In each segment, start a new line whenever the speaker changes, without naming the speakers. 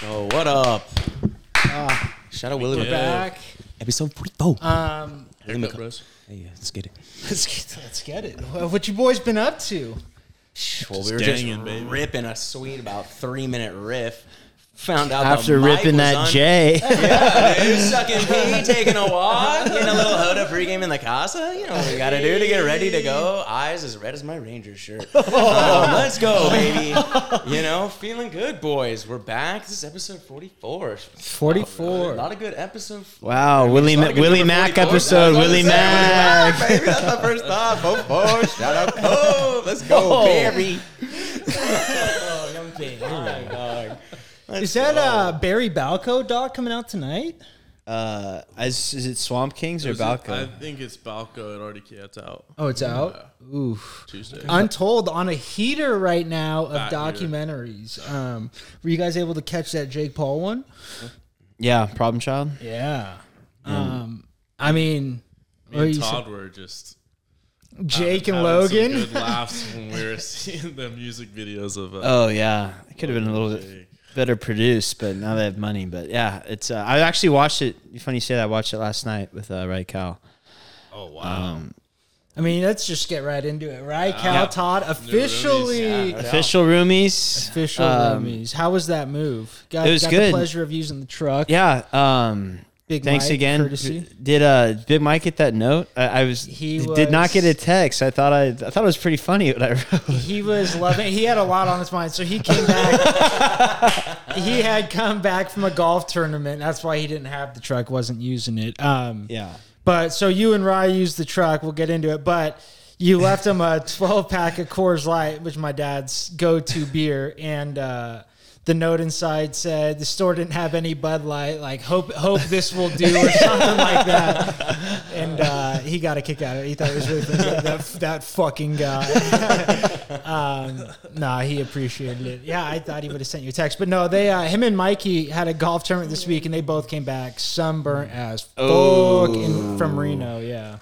So what up? Ah, Shout out Willie
We're
McDowell.
back.
Episode 44.
Um,
Willie
Haircut,
McDowell.
bros.
Hey, let's get it.
let's get let's get it. What what you boys been up to?
Well,
Just
we were just
ganging, baby.
ripping a sweet about three minute riff. Found out the
After
mic
ripping
was
that
on.
J.
Yeah, dude, sucking pee, taking a walk, getting a little hoda pregame in the casa. You know what we gotta do to get ready to go. Eyes as red as my Rangers shirt. Um, let's go, baby. You know, feeling good, boys. We're back. This is episode forty four.
Forty
A lot of good episode
Wow, Willie Ma-
Fucking
Willie
number
Mack
44.
episode.
That's what
Willie
I'm saying,
Mack.
Willie baby. That's my first thought. Bo, Bo, shout out. Oh, let's go, Barry.
Is that uh Barry Balco doc coming out tonight?
Uh, is, is it Swamp Kings or
Is it- I
Balco?
think it's Balco. It already yeah, it's out
Oh, it's out. Oof.
Tuesday.
Untold on a heater right now of
Back here.
documentaries. Um, were you guys able to catch that Jake Paul one?
Yeah, Problem Child.
Yeah. Um, I mean,
Me
what
and
you
Todd were just
say- Jake and
having
Logan.
Some good laughs when we were seeing the music videos of. Uh,
Oh yeah, it could have been a little bit better produced, but now they have money. But yeah, it's. Uh, I actually watched it. Funny you say that. I watched it last night with uh, Ray Cal.
oh wow!
I mean, let's just get right into it, right? Cal Todd officially.
Official roomies.
Official
Um,
roomies. How was that move? Got,
it was
got the
good.
pleasure of using the truck.
Yeah. Um,
Big
thanks
Mike,
again.
courtesy.
D- Did uh, Big Mike get that note? I, I was.
He
He did not get a
was-
text. I thought I. I thought it was pretty funny what I wrote.
He was loving. He had a lot on his mind, so he came back. he had come back from a golf tournament. That's why he didn't have the truck. wasn't using it. Um,
yeah.
But so you and Rye used the truck. We'll get into it. But you left him a 12 pack of Coors Light, which my dad's go to beer. And uh, the note inside said the store didn't have any Bud Light. Like, hope hope this will do or something like that. And uh, he got a kick out of it. He thought it was really funny. That, that fucking guy. um, nah, he appreciated it. Yeah, I thought he would have sent you a text. But no, they uh, him and Mikey had a golf tournament this week, and they both came back sunburnt as fuck in,
Oh.
from Reno. Yeah,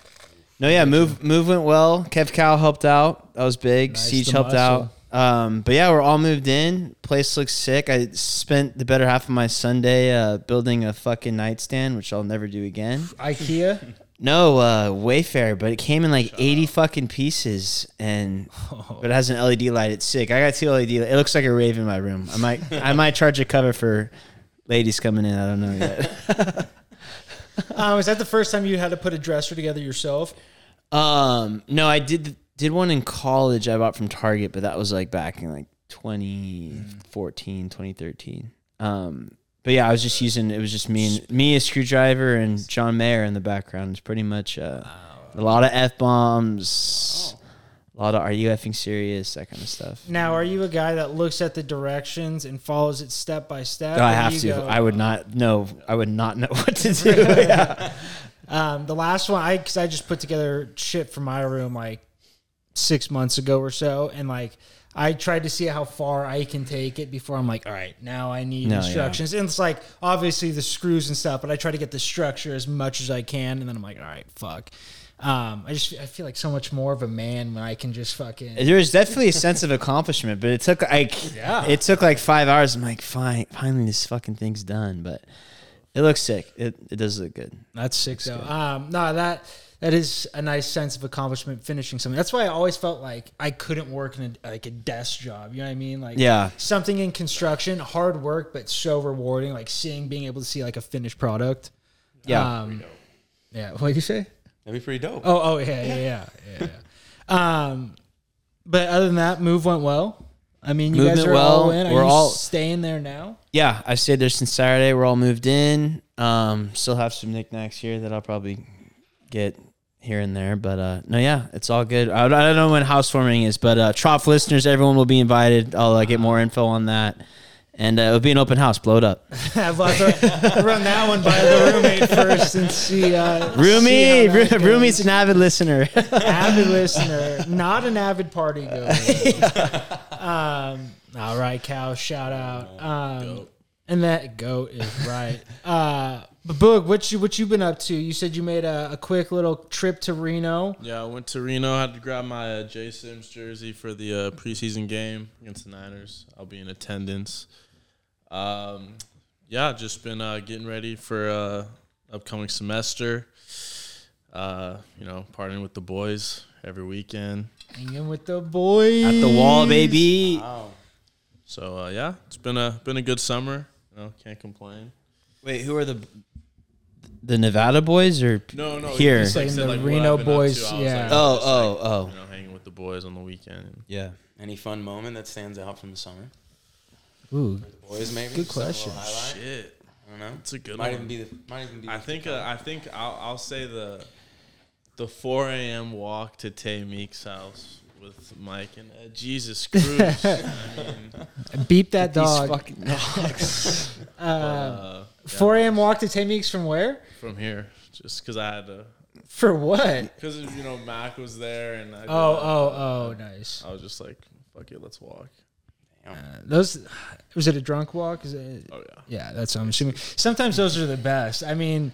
No, yeah, move move went well. Kev Cal helped out. That was big.
Nice,
Siege
the
helped
muscle.
out. Um, but yeah, we're all moved in. Place looks sick. I spent the better half of my Sunday uh, building a fucking nightstand, which I'll never do again.
IKEA.
No, uh, Wayfair, but it came in like eighty fucking pieces, and but it has an LED light. It's sick. I got two LED. li- It looks like a rave in my room. I might I might charge a cover for ladies coming in. I don't know yet.
Um, is that the first time you had to put a dresser together yourself?
Um, no, I did did one in college I bought from Target, but that was like back in like 2014, 2013. Um, but yeah, I was just using it was just me and me a screwdriver and John Mayer in the background. It's pretty much uh, a lot of f bombs, a lot of are you effing serious, that kind of stuff.
Now, are you a guy that looks at the directions and follows it step by step?
No, Oh,
or
I
do
have
you
to.
go-
I would not know. I would not know what to do. Yeah.
Um, the last one, I because I just put together shit for my room like six months ago or so, and like I tried to see how far I can take it before I'm like, all right, now I need
No, yeah.
instructions. And it's like obviously the screws and stuff, but I try to get the structure as much as I can, and then I'm like, all right, fuck. Um, I just I feel like so much more of a man when I can just fucking
There was definitely a sense of accomplishment, but it took like
Yeah.
it took like five hours. I'm like, fine, finally this fucking thing's done. But it looks sick. It it does look good.
That's sick though. Um, no, that that is a nice sense of accomplishment finishing something. That's why I always felt like I couldn't work in a, like a desk job. You know what I mean? Like
Yeah.
something in construction, hard work, but so rewarding. Like seeing, being able to see like a finished product.
Yeah.
Um, yeah. What did you say?
That'd be pretty dope.
Oh, oh yeah, yeah, yeah, yeah. yeah. um, but other than that, move went well. I mean, you
Move
guys
went
are all
well.
in. Are
We're
you
all-
staying there now?
yeah, I've stayed there since Saturday. We're all moved in. Um, still have some knickknacks here that I'll probably get here and there. But uh, no, yeah, it's all good. I, I don't know when housewarming is, but uh, Trop listeners, everyone will be invited. I'll uh, get more info on that. And uh, it'll be an open house. Blow it up.
I'd love to run that one by the roommate first and see. Uh, see
Roomy,
how that
Ru- Roomy's
goes.
an avid listener.
avid listener, not an avid party goer. um, all right, cow, shout out. Um, and that goat is right. Uh, but Boog, what you what you been up to? You said you made a, a quick little trip to Reno.
Yeah, I went to Reno. Had to grab my uh, J Sims jersey for the uh, preseason game against the Niners. I'll be in attendance. Um, yeah, just been uh, getting ready for uh, upcoming semester. Uh, you know, partying with the boys every weekend.
Hanging with the boys
At the wall, baby.
Wow.
So uh, yeah, it's been a been a good summer. You know, can't complain.
Wait, who are the the Nevada boys or
No, no.
Here.
just,
Saying
said,
the
what I've
Reno
been up
boys,
I was
yeah.
I'm
Oh,
just,
oh,
like,
oh.
You know, hanging with the boys on the weekend.
Yeah.
Any fun moment that stands out from the summer?
Ooh,
Boys, maybe.
Good
Just a little
question.
highlight?
Shit,
I don't know.
it's a good
Might
one.
even be the. Might even be.
I
the-
think uh, I think I'll, I'll say the the 4 a.m. walk to Tay Meek's house with Mike and uh, Jesus Cruz. I mean,
beep that dog.
These fucking dogs.
uh,
uh, yeah,
4 a.m. walk to 10 weeks from where?
from here, just because I had to,
For what?
because you know Mac was there and I
Oh, oh, oh, nice.
I was just like, fuck it, let's walk.
Uh, those was it a drunk walk? Is it,
Oh yeah,
yeah, that's what I'm assuming. Sometimes those are the best. I mean,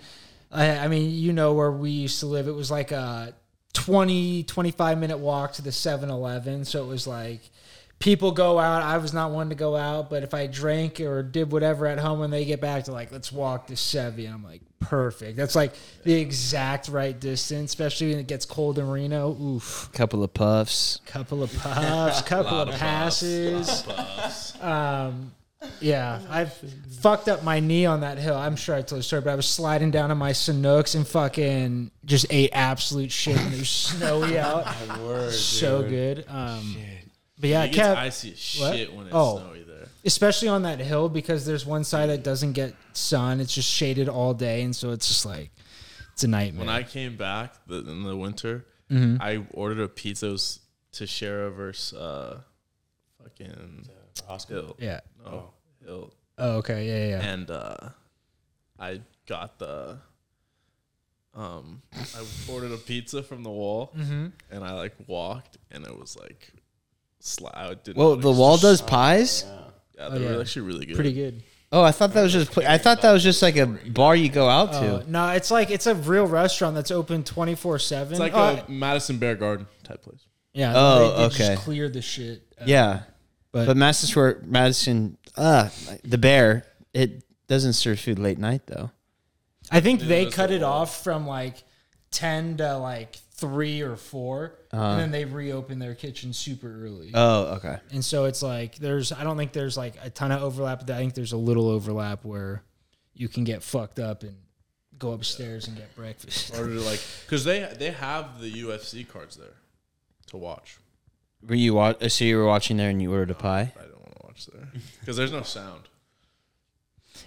I, I mean, you know where we used to live, it was like a 20, 25 minute walk to the 7-Eleven. So it was like people go out. I was not one to go out, but if I drank or did whatever at home when they get back to like, let's walk to Chevy. And I'm like, perfect. That's like the exact right distance, especially when it gets cold in Reno. Oof.
Couple of puffs.
Couple of puffs, couple of passes. uh, Um, yeah, I've fucked up my knee on that hill. I'm sure I told the story, but I was sliding down on my Sanooks and fucking just ate absolute shit. And it was snowy out.
My word,
so
dude.
good.
Mm.
Um, but yeah,
it gets
Kev,
icy as
what?
shit when it's
Oh.
snowy there.
especially on that hill because there's one side that doesn't get sun. It's just shaded all day, and so it's just like it's a nightmare. Mm-hmm.
When I came back the, in the winter,
Hmm?
I ordered a pizza it was to share over uh, fucking
Oscar.
Hill.
yeah.
No, Hill.
Oh, okay. Yeah, yeah, yeah.
and uh, I got the um I ordered a pizza from the wall
Mm-hmm.
and I like walked and it was like sla- I did
Well,
not
the
ex-
wall does pies.
yeah, they
Oh,
were
yeah.
actually really good
Pretty good.
Oh, I thought that was just. pla- I thought that was just like a bar you go out to.
Oh, no, it's like it's a real restaurant that's open twenty four seven. Oh,
it's like a Madison Bear Garden type place
Yeah.
Oh,
they, they just
okay.
clear the shit. out.
yeah,
But-
but, Madison Square, Madison, uh, the bear. It doesn't serve food late night though.
I think they
that's
cut
the
it off from like ten to like three or 4
Uh-huh.
and then they reopen their kitchen super early.
Oh, okay.
and so it's like there's I don't think there's like a ton of overlap. but I think there's a little overlap where you can get fucked up and go upstairs and get breakfast.
ordered it, like because they they have the UFC cards there to watch
Were you watch? So you were watching there and you ordered a pie.
I don't want to watch there because there's no sound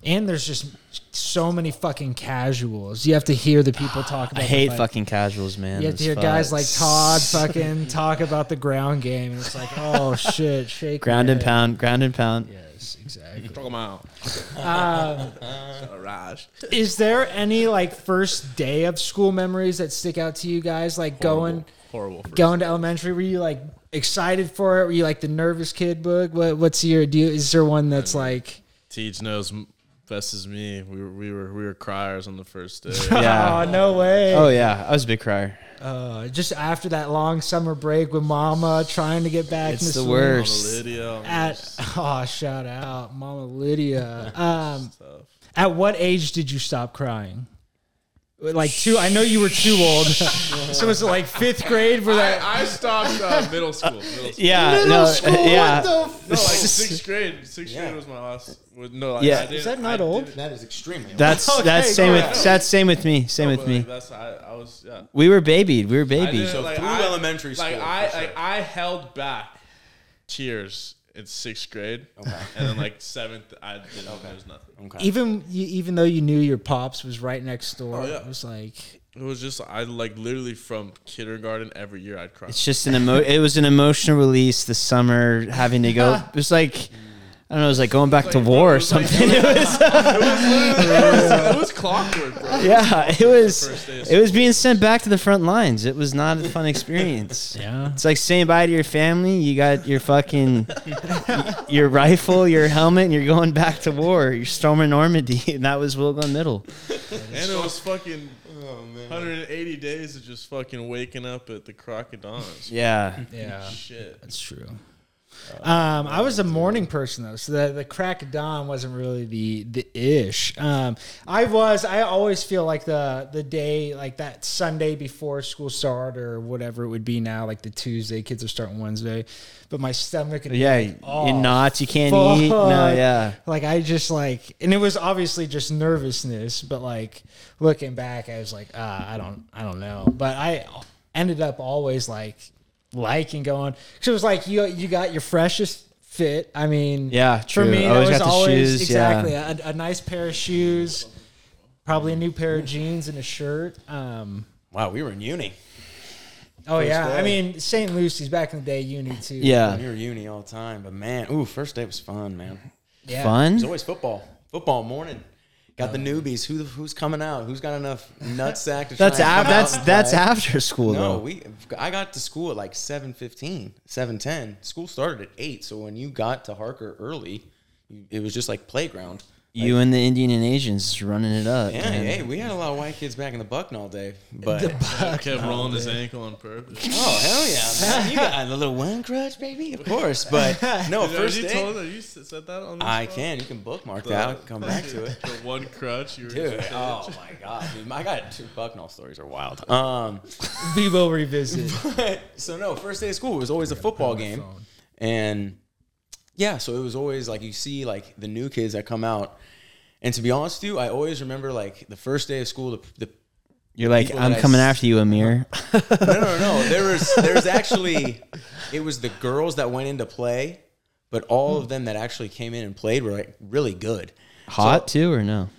and there's just so many fucking casuals. You have to hear the people talk
I
about. the
hate
fight.
fucking casuals, man.
You have to
It's
hear guys
fucked.
like Todd fucking talk about the ground game, and it's like, oh shit, shake
Ground
your
and
head.
pound, ground and pound.
Yes, exactly.
talk about
Uh,
Um,
Raj
is there any like first day of school memories that stick out to you guys? Like going
horrible first
going to elementary, were you like excited for it? Were you like the nervous kid? Book? What, what's your do? You, is there one that's like?
Teach knows m- best as me we were we were we were criers on the first day
Yeah.
Oh no way!
Oh yeah, I was a big crier.
Uh, just after that long summer break with Mama trying to get back.
It's
into
the
swing
Mama
worst.
Lydia
At oh, shout out Mama Lydia. Um,
stuff.
At what age did you stop crying? Like two? I know you were too old. so was it like fifth grade? Where that?
I, I stopped uh, middle school. Middle school.
Yeah.
Middle
no, uh,
school?
Yeah.
What the f-
No, like sixth grade. Sixth
Yeah.
grade was my last. was- No, like,
Yeah.
I didn't-
Is that not
I
old?
didn't-
That is extremely.
That's
Okay,
that's same
go
with
ahead.
that's same with me. Same
no,
with
but,
me.
like, that's I, I was yeah.
we were babied. We were
I
babies.
didn't,
So through elementary
like
school,
I,
for
like
sure.
I held back tears in sixth grade, and then like seventh, I didn't. There was nothing.
Okay.
even you, even though you knew your pops was right next door,
Oh, yeah.
it was like
It was just I like literally from kindergarten every year I'd cry.
It's just an emo. it was an emotional release. The summer having to go. It was like I don't know. It was like going back to
like-
war
it
or
was like-
something. it was
it was clockwork, bro.
yeah. It was
first day of
it was being sent back to the front lines. It was not a fun experience.
yeah.
It's like saying bye to your family. You got your fucking your rifle, your helmet, and you're going back to war. You're storming Normandy, and that was Will Glen Middle.
And it was fucking
Oh man.
180 days of just fucking waking up at the crack of dawn. It's
Yeah.
Yeah,
Shit.
that's true.
Uh,
Um, I was a morning person though, so the, the crack of dawn wasn't really the the ish. Um, I was. I always feel like the the day like that Sunday before school start or whatever it would be now, like the Tuesday. Kids are starting Wednesday, but my stomach. would be
Yeah,
like, "Oh,
you're not. You can't eat. No,
fuck."
yeah.
Like I just like, and it was obviously just nervousness, but like looking back, I was like, ah, I don't, I don't know. But I ended up always like liking going. So it was like you, you got your freshest fit. I mean,
Yeah,
For
true.
me,
Always
that was
got the
always
shoes, yeah.
exactly a, a nice pair of shoes, probably a new pair of jeans and a shirt. Um,
Wow, we were in uni.
oh yeah,
day.
I mean St. Lucy's back in the day, uni too.
Yeah.
We were uni all the time. But man, ooh, first day was fun, man.
yeah.
It was
Fun?
always football. Football morning. Got the newbies. Who who's coming out? Who's got enough nutsack to try
That's
and come
af- that's
out and
that's
play?
after school
No,
though.
we. I got to school at like 7.15, 7.10. School started at eight, so when you got to Harker early, you, it was just like playground.
you and the Indian and Asians just running it up.
Yeah,
man.
hey, we had a lot of white kids back in the Bucknell day, but
I kept rolling his ankle on purpose.
oh hell yeah, man, you got a little wine crutch, baby, of course. But no,
Dude,
first
you
day,
told that you s- said that on. This
I
pod?
can. You can bookmark
The-
that. I'll come back to it.
The one crutch you were
Dude,
just
oh my god, dude, I got two Bucknell stories are wild. Um,
Bebo revisit.
so no, first day of school was always a football game, and yeah, so it was always like you see like the new kids that come out, and to be honest with you, I always remember like the first day of school. The, the
You're like,
People
I'm
that I
coming
s-
after you, Amir.
no, no, no, there was there was actually it was the girls that went into play, but all of them that actually came in and played were like really good.
Hot too or no?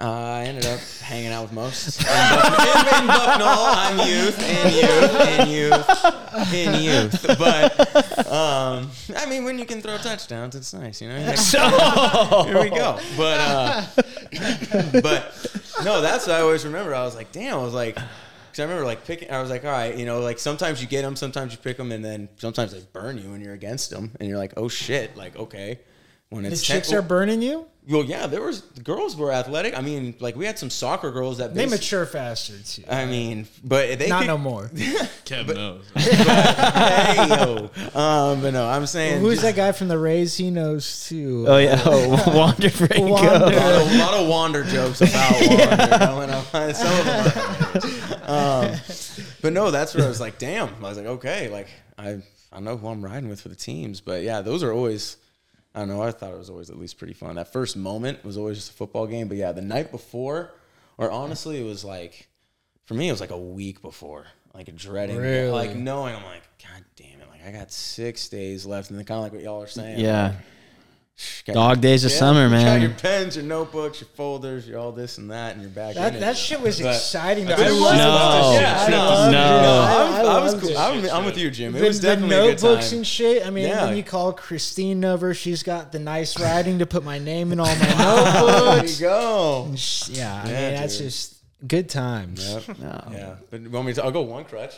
Uh, I ended up hanging out with most. In Bucknell, in Bucknell I'm youth, and youth, and youth, and youth. But um, I mean, when you can throw touchdowns, it's nice, you know. You're like, here we go. But uh, but no, that's what I always remember. I was like, damn. I was like, because I remember like picking. I was like, all right, you know, like sometimes you get them, sometimes you pick them, and then sometimes they burn you, and you're against them, and you're like, oh shit, like okay. When
The
it's ten-
chicks are burning you.
well, yeah, there was the girls were athletic. I mean, like we had some soccer girls that
They
basi-
mature faster too.
I mean, but they
Not
Uh, could,
no more.
Kev knows.
Hey, yo. Um, but no, I'm saying
Who's
just
that guy from the Rays? He knows too.
Oh yeah, oh, Wander Franco.
a
Wander.
lot, of, lot of wander jokes about wander going on. Some of them are hilarious. um, but no, that's where I was like, damn. I was like, okay, like I I know who I'm riding with for the teams, but yeah, those are always. I don't know. I thought it was always at least pretty fun. That first moment was always just a football game, but yeah, the night before, or honestly, it was like for me, it was like a week before, like dreading,
Really?
like knowing I'm like, god damn it, like I got six days left, and kind of like what y'all are saying,
Yeah.
Got
Dog days of
yeah,
summer,
you Got
man.
your pens, your notebooks, your folders, your all this and that, and your back. in
That,
it.
that shit was
But-
exciting. though.
I
I loved
loved
No.
it.
it.
Yeah, I
No.
loved it.
No.
I-
I'm,
I
I was
loved
cool.
it.
I'm, I'm with you, Jim. It
The-
was
the
definitely a good
notebooks
time.
and shit. I mean,
Yeah.
when you call Christine over, she's got the nice writing to put my name in all my
There you go.
notebooks. Yeah, I
Yeah,
mean, that's
dude.
just good times.
No.
Yeah, but you want me to? I'll go one crutch.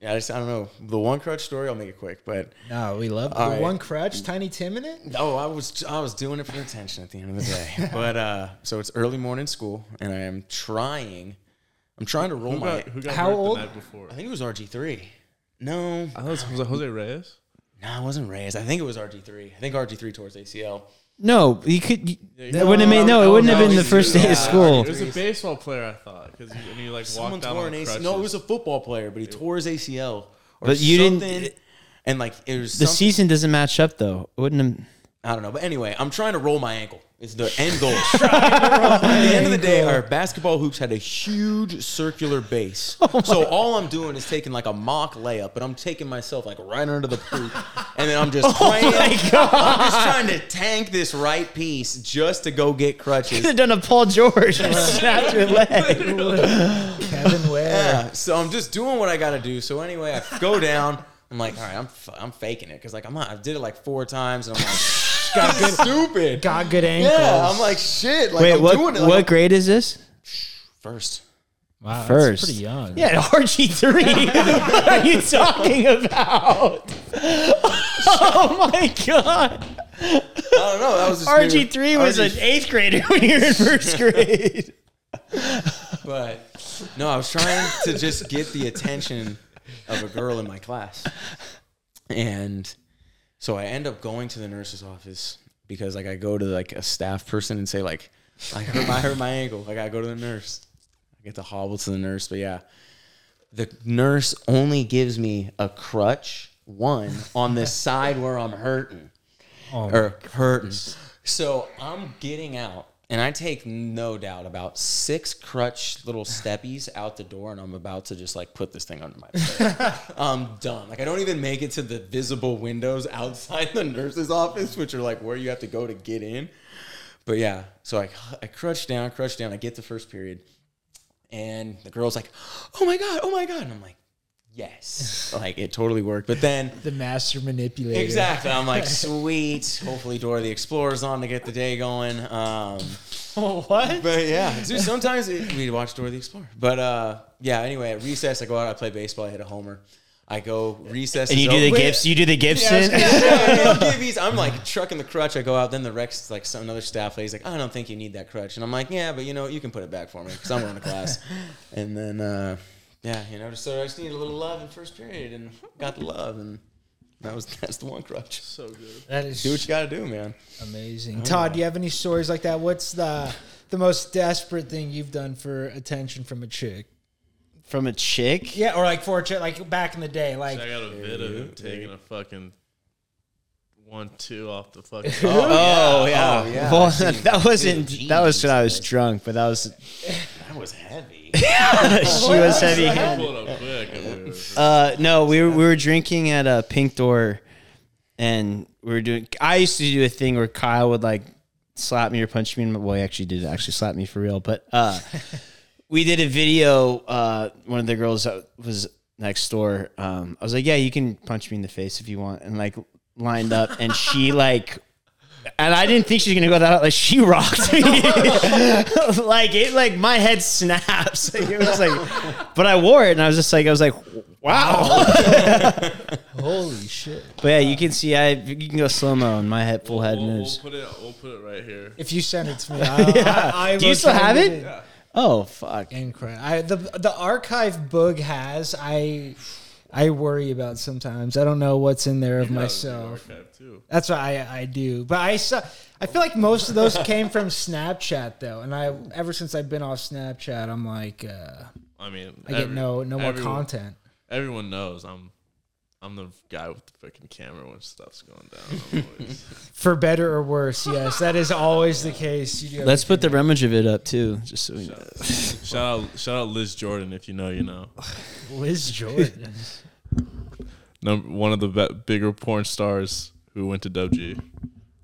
Yeah, I just I don't know the one crutch story. I'll make it quick, but
No, we love the
All right.
one crutch, Tiny Tim in it.
Oh, I was I was doing it for attention at the end of the day. but uh, so it's early morning school, and I am trying. I'm trying to roll
Who
my.
got, who got
How
hurt
old?
the night before?
I think it was RG three. No,
I was, was it Jose Reyes?
no, it wasn't Reyes. I think it was RG three. I think RG three towards ACL.
No, you could. You, that
No,
wouldn't have made. No, it
no,
wouldn't
no,
have been the
he-
first day
yeah.
of school.
It was a baseball player, I thought, because and he like
Someone
walked out
tore
on
an ACL.
crutches.
No, it was a football player, but he tore his ACL. Or
But you didn't-
something, And like it was
The
some-
season doesn't match up though. It wouldn't have.
I don't know. But anyway, I'm trying to roll my ankle. It's the end goal. At the end of the day, our basketball hoops had a huge circular base.
Oh
so all I'm doing is taking like a mock layup, but I'm taking myself like right under the hoop, and then I'm
Oh
just praying. I'm just trying to tank this right piece just to go get crutches.
Could have done a Paul George and snapped your leg.
Kevin Ware.
Yeah. So I'm just doing what I got to do. So anyway, I go down. I'm like, all right, I'm f- I'm faking it because like I'm not, I did it like four times and I'm like,
Got good,
stupid.
got good ankles.
yeah, I'm like shit. Like
Wait,
I'm
what?
doing it. Like,
what
I'm-
grade is this?
first?
wow, that's
First.
pretty young.
Yeah, RG three. what are you talking about? Oh my god!
I don't know. That was just
RG
weird.
three was an
RG3
eighth grader when you were in first grade.
But no, I was trying to just get the attention of a girl in my class, and So I end up going to the nurse's office because like I go to like a staff person and say like I hurt my I hurt my ankle. Like I go to the nurse. I get to hobble to the nurse, but yeah. The nurse only gives me a crutch one on the side where I'm hurting. or hurting. So I'm getting out and I take no doubt about six crutch little steppies out the door and I'm about to just like put this thing under my I'm done. Like I don't even make it to the visible windows outside the nurse's office, which are like where you have to go to get in. But yeah, so I I crutch down, crutch down. I get the first period, and the girl's like, "Oh my god, oh my god," and I'm like, "Yes, like it totally worked." But then
The master manipulator.
exactly, I'm like, "Sweet." Hopefully, Dora the Explorer's on to get the day going. Um,
what?
but yeah, dude, sometimes it, we watch Dora the Explorer. But uh, yeah, anyway, at recess, I go out, I play baseball, I hit a homer. I go recess.
And
is
you do the
over.
Gibson. You do the Gibson.
Yeah, yeah, give these- I'm like trucking the crutch. I go out. Then the Rex, like some another staff lady's like, I don't think you need that crutch. And I'm like, yeah, but you know, you can put it back for me because I'm going to class. And then, uh, yeah, you know, so I just needed a little love in first period and got the love. And that was, that's the one crutch.
So good.
That
Do what
is
you got to do, man.
amazing. Todd, do you have any stories like that? What's the the most desperate thing you've done for attention from a chick?
From a chick.
Yeah, or like for a chick, like back in the day, like
I got a vid of him taking a fucking one two off the fucking.
Oh yeah.
Oh, yeah.
Well,
I've seen-
that wasn't.
Dude,
that was when I was
Jesus
drunk, but that was.
That was heavy.
she was heavy.
I pulled up quick. and we were-
Uh, no, we were we were drinking at a Pink Door, and we were doing. I used to do a thing where Kyle would like slap me or punch me. in my- Well, he actually did actually slap me for real, but uh, we did a video. Uh, one of the girls that was next door. Um, I was like, "Yeah, you can punch me in the face if you want," and like lined up, and she like. And I didn't think she was gonna go that out. Like she rocked me, like it, like my head snaps. Like, it was like, but I wore it, and I was just like, I was like, wow.
holy shit.
But yeah, you can see I you can go slow mo on my head full head
We'll, we'll
moves.
put it. We'll put it right here.
If you send it to me, I, yeah. I, I
Do you
will
still
try
have
and
it?
get
Oh fuck.
Incredible. I, the the archive bug has I I worry about sometimes. I don't know what's in there of
That was in the
myself.
archive, too.
That's what I I do. But I saw. I feel like most of those came from Snapchat though, and I ever since I've been off Snapchat, I'm like uh,
I mean,
I get
every-
no no more
everyone-
content.
Everyone knows I'm. I'm the guy with the fucking camera when stuff's going down. I'm always-
For better or worse, yes, that is always the case. You do
Let's put the remage of it up too, just so we know.
shout out, shout out Liz Jordan if you know, you know.
Liz Jordan.
Number one of the be- bigger porn stars who went to WG.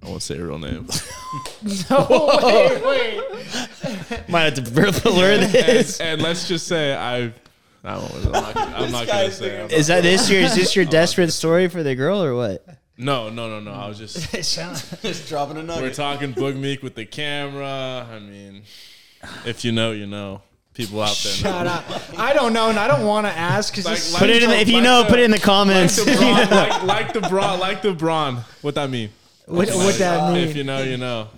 I won't say her real name.
no, wait, wait.
Oh, Might have to blur this.
and let's just say I, I won't, I'm not, gonna- I'm not gonna
guy's
say. I'm
Is that this your is this your desperate story for the girl or what?
not- no, no, no, no. I was just
It sounds-
Just dropping a
we're
nugget.
talking Boog Meek with the camera. I mean, if you know, you know. People out there. know.
Shut up. I don't know, and I don't want to ask because
Like,
Put it in the, if you know, put it in the comments.
Like the brawn, like, like the brawn, like the brawn. What that mean?
what, what that mean?
uh,
Um,
If you know, you know.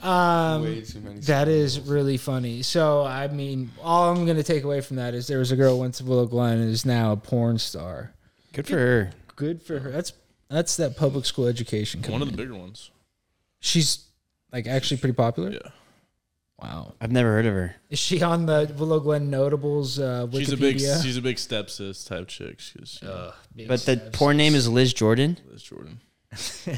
Way too many.
That is really funny. So, I mean, all I'm going to take away from that is there was a girl once in Willow Glen who's now a porn star.
Good for her.
Good for her. That's that's that public school education.
One of
coming
the
in.
bigger ones.
She's like actually pretty popular.
Yeah.
Wow.
I've never heard of her.
Is she on the Willow Glen notables uh, Wikipedia?
She's a big, she's a big step sis type chick. She's
Uh,
Ugh, big
But the
steps.
porn name is Liz Jordan.
Liz Jordan.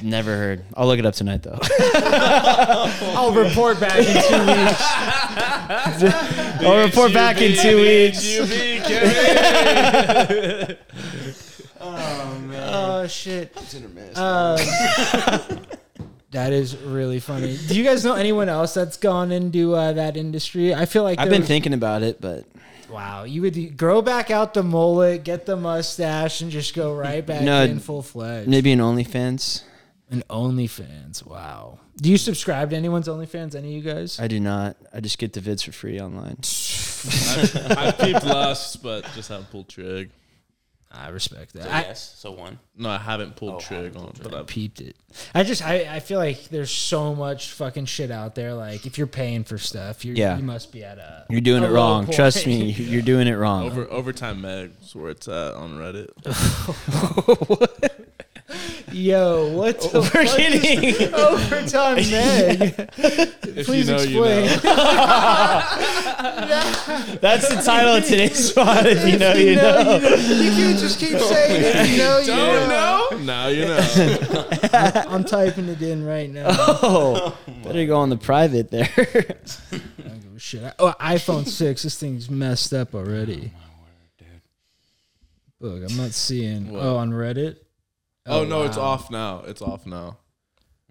Never heard. I'll look it up tonight though.
I'll report back in two weeks.
I'll report back in two weeks.
Oh shit.
Uh,
That is really funny. Do you guys know anyone else that's gone into uh, that industry? I feel like
I've
there
been
was-
thinking about it, but
Wow, you would grow back out the mullet, get the mustache, and just go right back
No,
in full fledged.
maybe an OnlyFans.
And OnlyFans, wow. Do you subscribe to anyone's OnlyFans? Any of you guys?
I do not. I just get the vids for free online.
I peeped lust, but just haven't pulled trig.
I respect that. I
yes, so one.
No, I haven't pulled
Oh,
trig
haven't
on,
pulled
but I've
peeped it. I just I, I feel like there's so much fucking shit out there. Like if you're paying for stuff, you
Yeah.
you must be at a
You're doing
a
it
low
wrong.
point.
Trust me, you're doing it wrong.
over overtime Meg's where it's at on Reddit.
Yo, what the
We're
fuck is
kidding.
overtime Meg?
If
Please
you know,
explain.
you know.
That's the title of today's spot. If you know, you
No,
know.
you, you can just keep saying it. You know, you
Don't
know.
know? Now you know.
I'm typing it in right now.
Oh, better go on the private there.
Oh, shit. I- Oh, iPhone 6. This thing's messed up already.
Oh,
Look, I'm not seeing.
What?
Oh, on Reddit?
Oh, no, it's
wow.
off now. It's off now.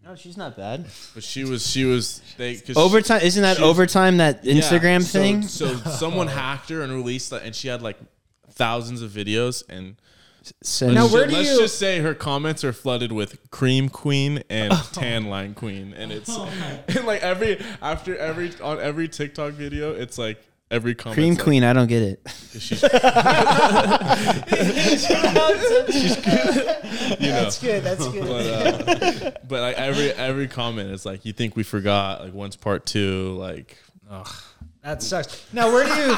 No, she's not bad.
But she was, she was, they, cause
Overtime isn't that
She's-
overtime that
Yeah,
Instagram
so-
thing?
So someone hacked her and released that, and she had like thousands of videos. And
Send-
Now,
let's
where
ju-
do
let's
you-
just say her comments are flooded with cream queen and
Oh.
tan line queen, and it's and like every after every on every TikTok video, it's like every comment
cream queen. I don't get it.
She's, you know.
That's good. That's good.
But, uh, but like every every comment is like you think we forgot like once part two like
That sucks. Now, where do you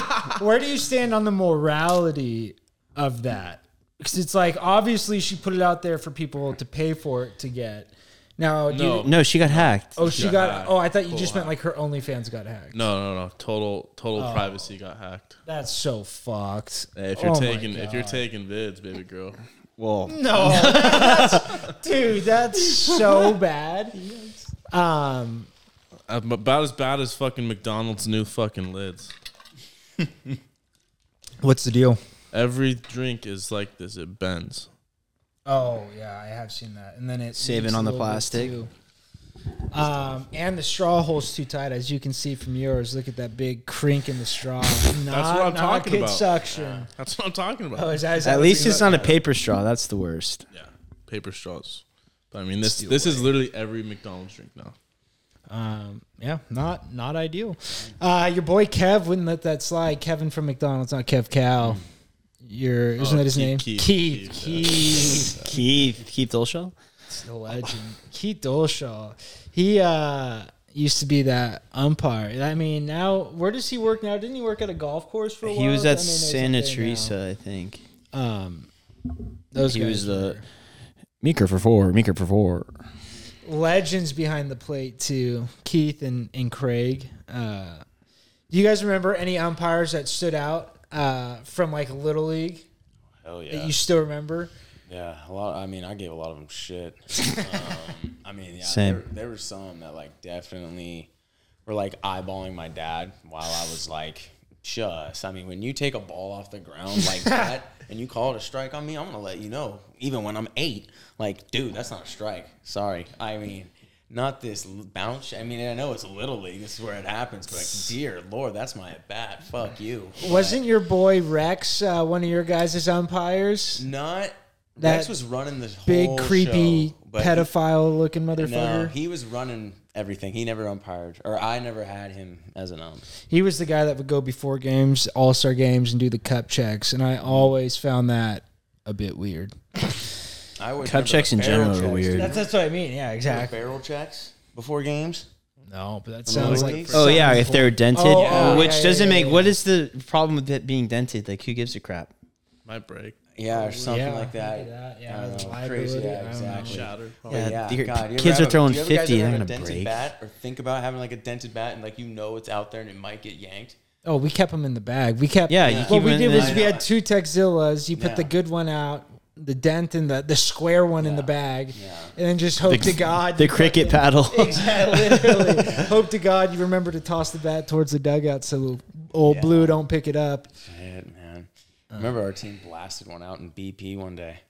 where do you stand on the morality of that? Because it's like obviously she put it out there for people to pay for it to get. Now, do
No.
you,
No, she got hacked.
oh, she
got
got.
hacked.
Oh, I thought you just
Full
meant like her OnlyFans got hacked.
no no no total total privacy got hacked.
That's so fucked.
Hey, if
Oh.
you're
Oh my
taking if you're
God.
taking vids, baby girl.
Well,
No, that's- dude, that's so bad. Um,
I'm about as bad as fucking McDonald's new fucking lids.
what's the deal?
Every drink is like this. It bends.
Oh yeah, I have seen that. And then it
Saving
leaks a
on the
little bit,
plastic.
too. Um, and the straw hole's too tight, as you can see from yours. Look at that big crink in the straw. That's
what I'm talking about.
Suction.
That's what I'm talking about.
Oh, is that, is that
at
what
least
you
it's
got?
not a paper straw. That's the worst.
yeah, paper straws. But I mean, this this is literally every McDonald's drink now.
Um, yeah, not not ideal. Uh, your boy Kev wouldn't let that slide. Kevin from McDonald's, not Kev Cow.
Mm.
Your isn't
Oh,
that his
Keith-
name?
Keith-
Keith.
Keith,
Keith.
Keith, Keith Dolshell.
the legend. Keith Dolshaw. He uh used to be that umpire. I mean, now where does he work now? Didn't he work at a golf course for a while?
He was
I mean,
at
there's
Santa
up there now.
Teresa, I think.
Um those
he
guys
was the
were
Meeker for four, Meeker for four.
legends behind the plate too. Keith and and Craig. Uh do you guys remember any umpires that stood out uh from like little league
Hell
that
yeah.
you still remember?
Yeah, a lot. I mean, I gave a lot of them shit. Um, I mean, yeah,
Same.
There, there were some that like definitely were like eyeballing my dad while I was like, just. I mean, when you take a ball off the ground like that and you call it a strike on me, I'm gonna let you know. Even when I'm eight, like, dude, that's not a strike. Sorry. I mean. Not this l- bounce. I mean, I know it's little league. This is where it happens. But like, dear lord, that's my at bat. Fuck you.
Wasn't your boy Rex uh, one of your guys' umpires?
Not
That
Rex was running this
Big
whole
creepy
show, but he-
pedophile looking motherfucker.
No, he was running everything. He never umpired, or I never had him as an ump.
He was the guy that would go before games, all star games, and do the cup checks, and I always found that a bit weird.
I always
Cup
remember
checks
the
in
barrel
general are
checks.
weird.
That's that's what I mean. Yeah,
The
exactly.
barrel checks before games.
No, but that
Little
sounds like
League?
Oh yeah, if they're dented,
Oh, yeah.
which
Yeah, yeah,
doesn't
yeah,
make.
yeah.
What is the problem with it being dented? Like, who gives a crap?
My break
Yeah, or something
Yeah,
like that.
maybe that, yeah,
I don't know.
liability,
Crazy.
I
Yeah,
don't
exactly.
shattered. probably.
But
Yeah, your
God, you ever
kids
have
are throwing
do you ever guys
50,
ever
they're
have a
gonna
dented
break.
bat or think about having like a dented bat and like you know it's out there and it might get yanked.
Oh, we kept him in the bag. We kept.
Yeah, you keep
what we
him
did
in
was
the-
we had two Texzillas. You put
Yeah.
the good one out, the dent in the the square one in the bag,
Yeah.
and then just hope to God
The cricket paddle.
Exactly. Literally. hope to God you remember to toss the bat towards the dugout so old
Yeah.
blue don't pick it up.
Shit, man. Remember our team blasted one out in BP one day.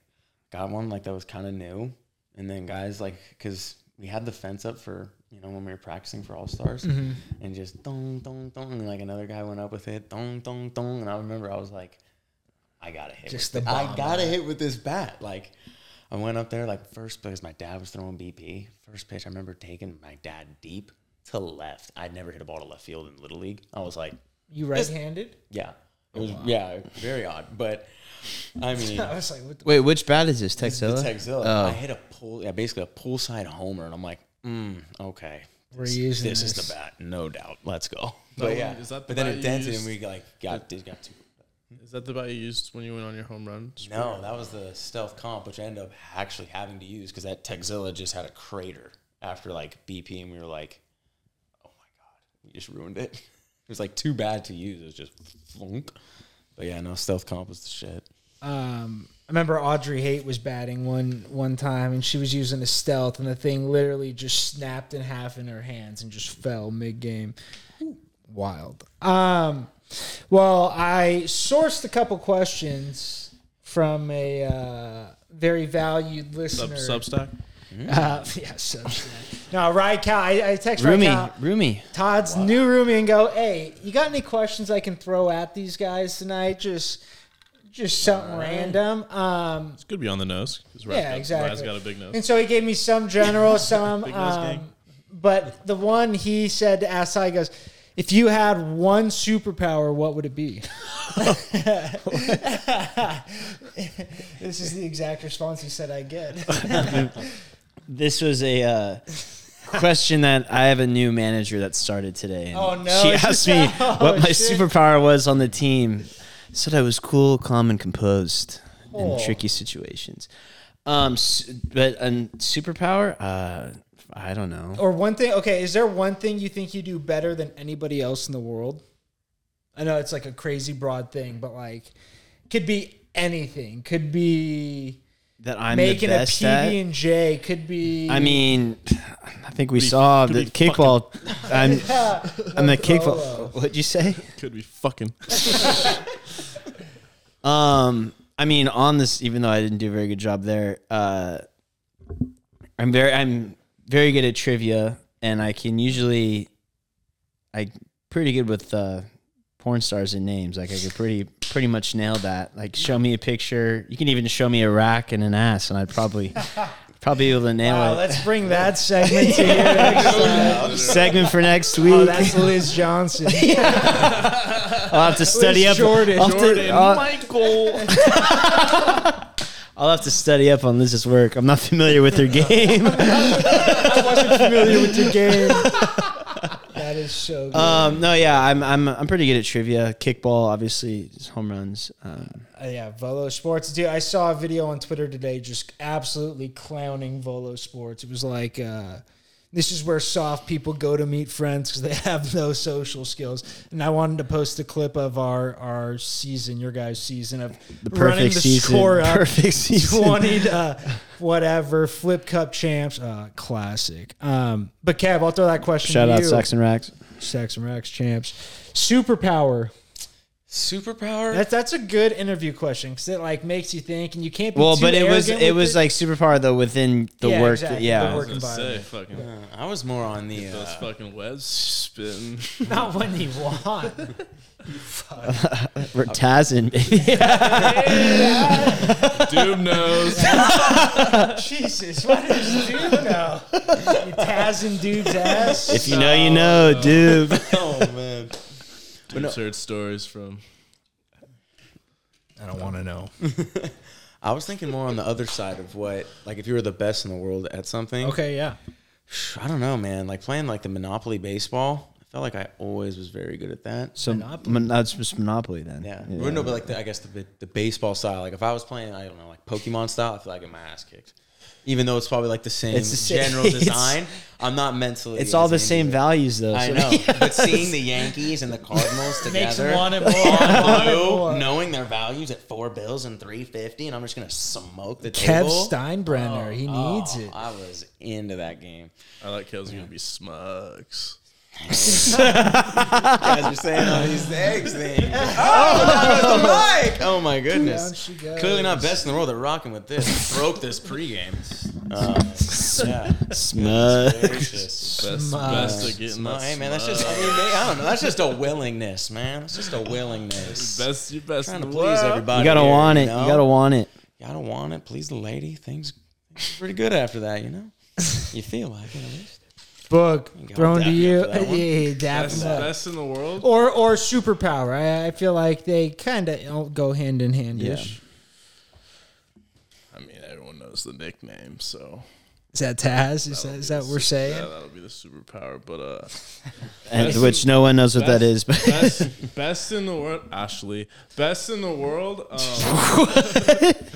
Got one like that was kind of new, and then guys like because we had the fence up for you know when we were practicing for All Stars,
Mm-hmm.
and just dong dong dong, and like another guy went up with it dong dong dong, and I remember I was like, I gotta hit.
Just
with
the
it. I
bomb,
gotta hit with this bat. Like I went up there like first place. My dad was throwing BP. First pitch, I remember taking my dad deep to left. I'd never hit a ball to left field in little league. I was like,
You right-handed?
yeah. It was yeah, very odd. But I mean
I was like, what the
Wait, which bat is this?
the
Texilla. Oh.
Texilla.
Oh.
I hit a pool yeah, basically a poolside homer and I'm like, mm, okay.
We're
this,
using
this is
this.
the bat, no doubt. Let's go.
one-
But yeah,
is that the
but then
bat
it
you
dented and
used?
we like got it got two
Is that the bat you used when you went on your home run?
No, that was the stealth comp, which I ended up actually having to use because that Techzilla just had a crater after like BP, and we were like, "Oh my god, we just ruined it." It was like too bad to use. It was just flunk. But yeah, no, stealth comp was the shit.
um, I remember Audrey Haight was batting one one time, and she was using a stealth, and the thing literally just snapped in half in her hands and just fell mid game. Wild. Um, well, I sourced a couple questions from a uh, very valued
Sub,
listener.
Substack?
Uh, yeah, Substack. No, Ryan Cal. I, I text Ryan
Roomy,
Cal.
Roomy.
Todd's new roomie and go, hey, you got any questions I can throw at these guys tonight? Just, just something random. Um,
It's good to be on the nose. 'cause Raz
yeah,
got,
exactly.
Raz got a big nose.
And so he gave me some general, some.
Big nose gang.
um, but the one he said to ask, I goes, if you had one superpower, what would it be? this is the exact response he said I get.
This was a uh, question that I have a new manager that started today. and
Oh, no.
She asked me
Oh,
what my
shit.
superpower was on the team. Said I was cool, calm, and composed
Oh.
in tricky situations. Um, s- but a superpower? Uh, I don't know.
or one thing. Okay, is there one thing you think you do better than anybody else in the world? I know it's like a crazy broad thing, but like, could be anything. Could be
That I'm
making
the
a
best at.
PB and J. Could be.
I mean, I think we saw
could
the
be
kickball. I'm,
Yeah,
I'm the
Rolo.
kickball. What'd you say?
Could be fucking.
Um, I mean, on this, even though I didn't do a very good job there, uh, I'm very, I'm very good at trivia, and I can usually, I pretty good with uh, porn stars and names. Like I could pretty, pretty much nail that. Like show me a picture. You can even show me a rack and an ass, and I'd probably, probably be able to nail
Wow,
it.
let's bring that segment to you next time.
Segment for next week.
Oh, that's Liz Johnson.
I'll have to study up.
Jordan.
I'll have to-
Jordan
I'll-
Michael.
I'll have to study up on Liz's work. I'm not familiar with her game.
I wasn't familiar with your game. That is so good.
Um, no, yeah, I'm I'm I'm pretty good at trivia, kickball, obviously, just home runs. Um,
Uh, yeah, Volo Sports, dude. I saw a video on Twitter today just absolutely clowning Volo Sports. It was like, uh, this is where soft people go to meet friends because they have no social skills. And I wanted to post a clip of our our season, your guys' season of
the
running
perfect
the
season,
score up
perfect season.
20 to uh, whatever flip cup champs uh, classic um but kev i'll throw that question
Shout
to
out
you
Saxon Racks.
Sex and Rex champs superpower
Superpower?
that's that's a good interview question because it like makes you think and you can't be
Well,
too
but it was
arrogant
it
with
was like superpower though within the
Yeah,
work.
exactly,
That, yeah,
the work.
I was gonna say, fucking.
Uh, I was more on the.
Those
Uh,
fucking webs spin.
not when you want
Or Tazin. Maybe.
Doom knows.
jesus what is dude now you tazzing dude's ass
if you know, you know, dude.
oh man.
Doom's heard stories from.
i don't want to know
I was thinking more on the other side of what, like, if you were the best in the world at something.
okay yeah
I don't know, man. Like playing like the Monopoly baseball, I felt like I always was very good at that.
So
Monopoly.
mon- that's just Monopoly then.
Yeah. No, but like the, I guess the the baseball style. Like if I was playing, I don't know, like Pokemon style, I feel like I get my ass kicked. Even though it's probably like the same
It's the same-
general
it's-
design, I'm not mentally.
it's all the
as
same
into it.
values though.
I
so-
know, but seeing the Yankees and the Cardinals
makes
together,
one and more
blue, knowing their values at four bills and three fifty, and I'm just gonna smoke the
kev
table.
steinbrenner he needs
Oh,
it
I was into that game.
I like Kale's gonna be smugs.
guys are saying all these eggs things. Oh, that was the mic. Oh my
Down
goodness.
she goes.
Clearly not best in the world. They're rocking with this. Broke this pregame. Uh, yeah.
Smut.
Gracious.
Best,
Smugs.
best at getting
Smug.
that
Hey man, that's
smug.
just I, mean, I don't know. That's just a willingness, man. That's just a willingness.
best. You best
Trying
in
to
the
please
world.
everybody.
You gotta
here,
want it.
know?
You gotta want it.
You gotta want it. Please the lady. Things things are pretty good after that, you know. You feel like it at least.
book
can
thrown to
dap me
you
up for that one.
yeah, dap
Best,
him up.
best in the world.
or or superpower. I, I feel like they kind of go hand in hand.
Yeah.
ish.
I mean, everyone knows the nickname, so
Is that Taz? Is that, is that what we're
Yeah,
saying?
that'll be the superpower. But uh,
and,
Best-
which no one knows what that
best-
is.
best,
But
best in the world, Ashley. Best in the world.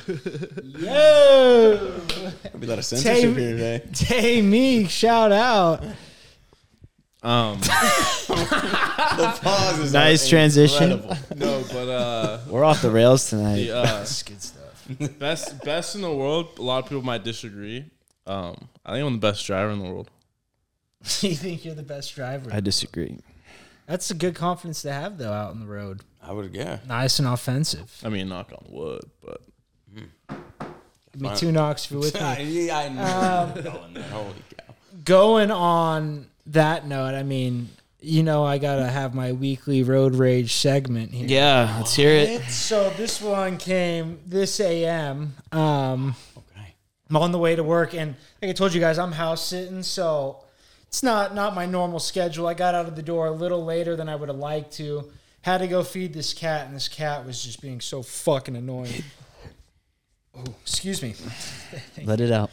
Um,
Yo!
There'll be a lot of censorship
Tay-
here today.
Tay Meek, shout out.
um,
The pause is
Nice transition.
incredible.
no, but uh,
we're off the rails tonight.
the uh,
That's good stuff.
best best in the world. A lot of people might disagree. Um, I think I'm the best driver in the world.
you think you're the best driver?
I disagree.
That's a good confidence to have, though, out on the road.
I would yeah.
Nice and offensive.
I mean, knock on wood, but
Give me two knocks if you're with me.
yeah, I knew you were going there. Um, Holy cow.
Going on that note, I mean, you know, I got to have my weekly road rage segment here.
Yeah, let's hear it.
So this one came this AM. Um,
Okay.
I'm on the way to work, and like I told you guys, I'm house sitting, so it's not not my normal schedule. I got out of the door a little later than I would have liked to. Had to go feed this cat, and this cat was just being so fucking annoying. Oh, excuse me.
Let it out.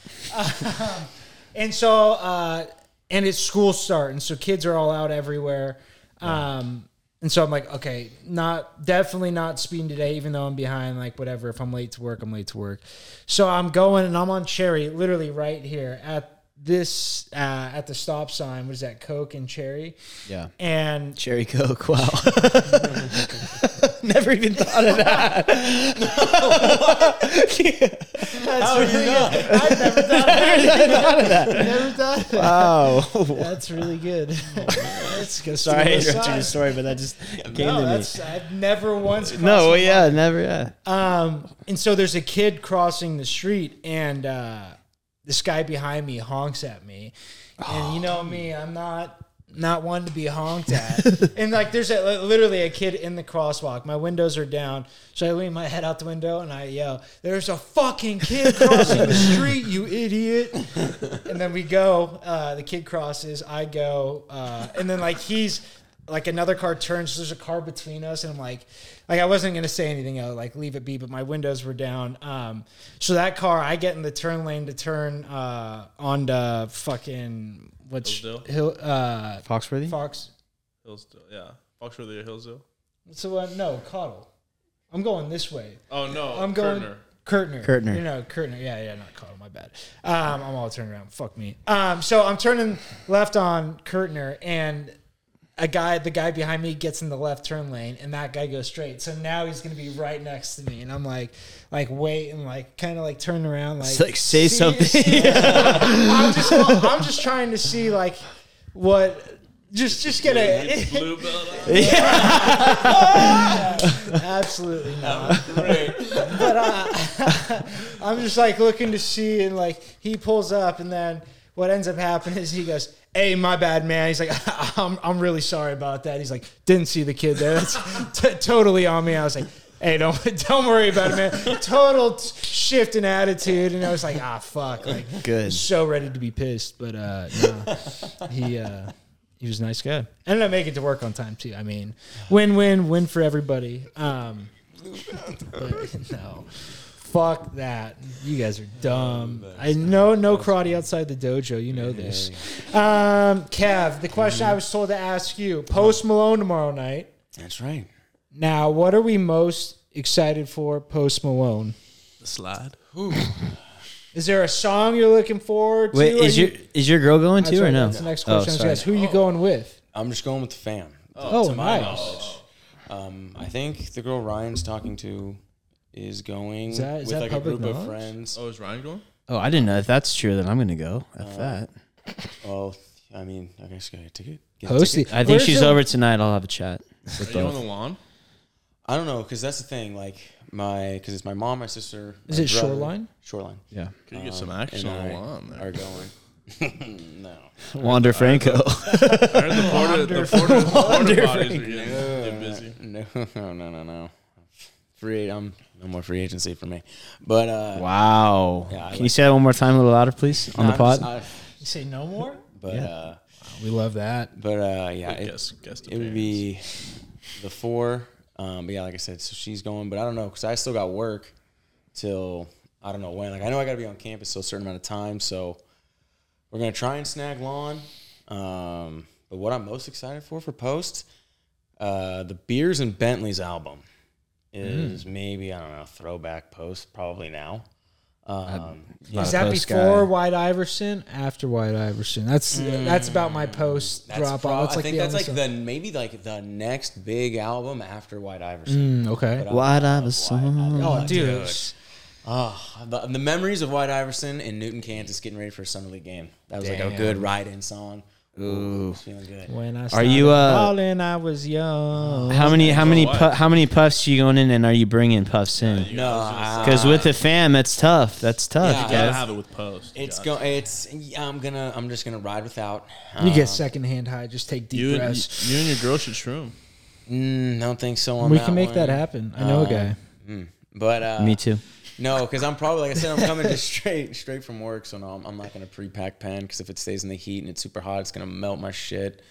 And so, uh, and it's school starting, so kids are all out everywhere. Um, and so I'm like, okay, not definitely not speeding today, even though I'm behind. Like whatever, if I'm late to work, I'm late to work. So I'm going, and I'm on Cherry, literally right here at this uh, at the stop sign. What is that? Coke and Cherry.
Yeah.
And
Cherry Coke. Wow. Never even thought of that.
that's really good. I've never done Never done that. Oh,
Wow.
That's really good. that's good.
Oh. Sorry I interrupted your story, but that just came
No,
to me.
that's I've never once.
No, well, yeah, never. Yeah.
Um, and so there's a kid crossing the street, and uh, this guy behind me honks at me, and you know me, I'm not not one to be honked at. and like, there's a, li- literally a kid in the crosswalk. My windows are down, so I lean my head out the window and I yell, "There's a fucking kid crossing the street, you idiot!" And then we go. Uh, the kid crosses. I go, uh, and then like he's like another car turns there's a car between us and i'm like like i wasn't going to say anything else like leave it be but my windows were down um so that car i get in the turn lane to turn uh onto fucking what's
Hillsdale?
hill uh
Foxworthy?
fox
Hillsdale, yeah, Foxworthy or Hillsdale.
what's the one uh, no coddle i'm going this way
Oh no,
I'm going
Kerner.
Kurtner.
Kurtner.
No, no, Kurtner. Yeah, yeah, not Cottle. My bad. Um, I'm all turned around. Fuck me. Um, so I'm turning left on Kurtner, and a guy, the guy behind me, gets in the left turn lane, and that guy goes straight. So now he's gonna be right next to me, and I'm like, like wait, and like kind of like turn around, like,
It's like, say
see-
something.
see- I'm just, I'm just trying to see like what. Just, just get
It's
a.
blue belt.
Absolutely not.
Great.
but uh, I'm just like looking to see, and like he pulls up, and then what ends up happening is he goes, "Hey, my bad, man." He's like, "I'm I'm really sorry about that." He's like, "Didn't see the kid there. That's t- totally on me." I was like. Hey, don't don't worry about it, man. Total t- shift in attitude, and I was like, ah, fuck, like
Good.
so ready to be pissed, but uh, no, he uh, he was a nice guy. Ended up making it to work on time too. I mean, win win win for everybody. Um, but no, fuck that. You guys are dumb. I know no karate outside the dojo. You know this. Um, Kev, the question I was told to ask you: Post Malone tomorrow night.
That's right.
Now, what are we most excited for post Malone?
The slide.
Is there a song you're looking forward to?
Wait,
Are
is
you-
your is your girl going
That's
too or
right,
no?
That's the next
Oh,
question. I was
sorry.
gonna ask. Who you going with?
I'm just going with the fam.
Oh,
to my
nice.
knowledge. Um, I think the girl Ryan's talking to is going
Is that- is
with
that
like a
public
group
knowledge?
of friends.
Oh, is Ryan going?
Oh, I didn't know. If that's true, then I'm going to go. F that.
Oh, I mean, I guess I got a ticket. Get a
Hosty.
ticket.
I think
Where's
she's
the-
over tonight. I'll have a chat
Are
with
you on the
both.
lawn?
I don't know, cause that's the thing. Like my, cause it's my mom, my sister.
Is
my
it
brother-
Shoreline?
Shoreline.
Yeah.
Could you get some
Um,
action
and
on the
I
lawn there?
Are going. no.
Wander Franco.
I heard the porta, the porta, the porta bodies are getting, getting busy.
No, no, no, no. Free. I'm no more free agency for me. But uh,
Wow.
Yeah, I
Can
like
you say that one more time, a little louder, please, on
no,
the
I'm just-
pod?
I-
You say no more?
but
Yeah.
uh,
We love that.
but uh, yeah.
I
it-
guess, guess
It would be the four. Um, but yeah, like I said, so she's going, but I don't know because I still got work till I I don't know when. Like I know I got to be on campus so a certain amount of time. So we're gonna try and snag lawn. Um, but what I'm most excited for for post, uh, the Beers and Bentleys album is
Mm.
maybe I don't know throwback post probably now. Um,
Is that before White Iverson? After White Iverson? That's uh, that's about my post
Mm. that's
drop
prob-
off. It's
I
like
think
the
that's
only
like
song.
the maybe like the next big album after White Iverson.
Mm, okay.
But I
White
love
Iverson.
Iverson.
Oh, dude.
Ah, the, the memories of White Iverson in Newton, Kansas, getting ready for a summer league game. That was like a good ride-in song. Ooh, it's feeling good.
When I
Are you, uh,
Calling, I was young.
How many how many
Oh, what?
pu- how many puffs you going in and are you bringing puffs in?
No,
Because
uh,
with the fam, that's tough. That's tough.
Yeah.
Gotta
guys.
have it with post.
it's
Josh.
go, it's I'm gonna I'm just gonna ride without.
You
Um,
Oh.
get secondhand high. Just take deep
You and,
breaths.
you, you and your girl should shroom.
mm, don't think so. On
we
that
can make
one.
that happen. I
Oh.
know a
Um,
guy.
mm, but uh,
Me too.
No, because I'm probably like I said, I'm coming just straight straight from work, so no, I'm, I'm not gonna pre-pack pen because if it stays in the heat and it's super hot, it's gonna melt my shit.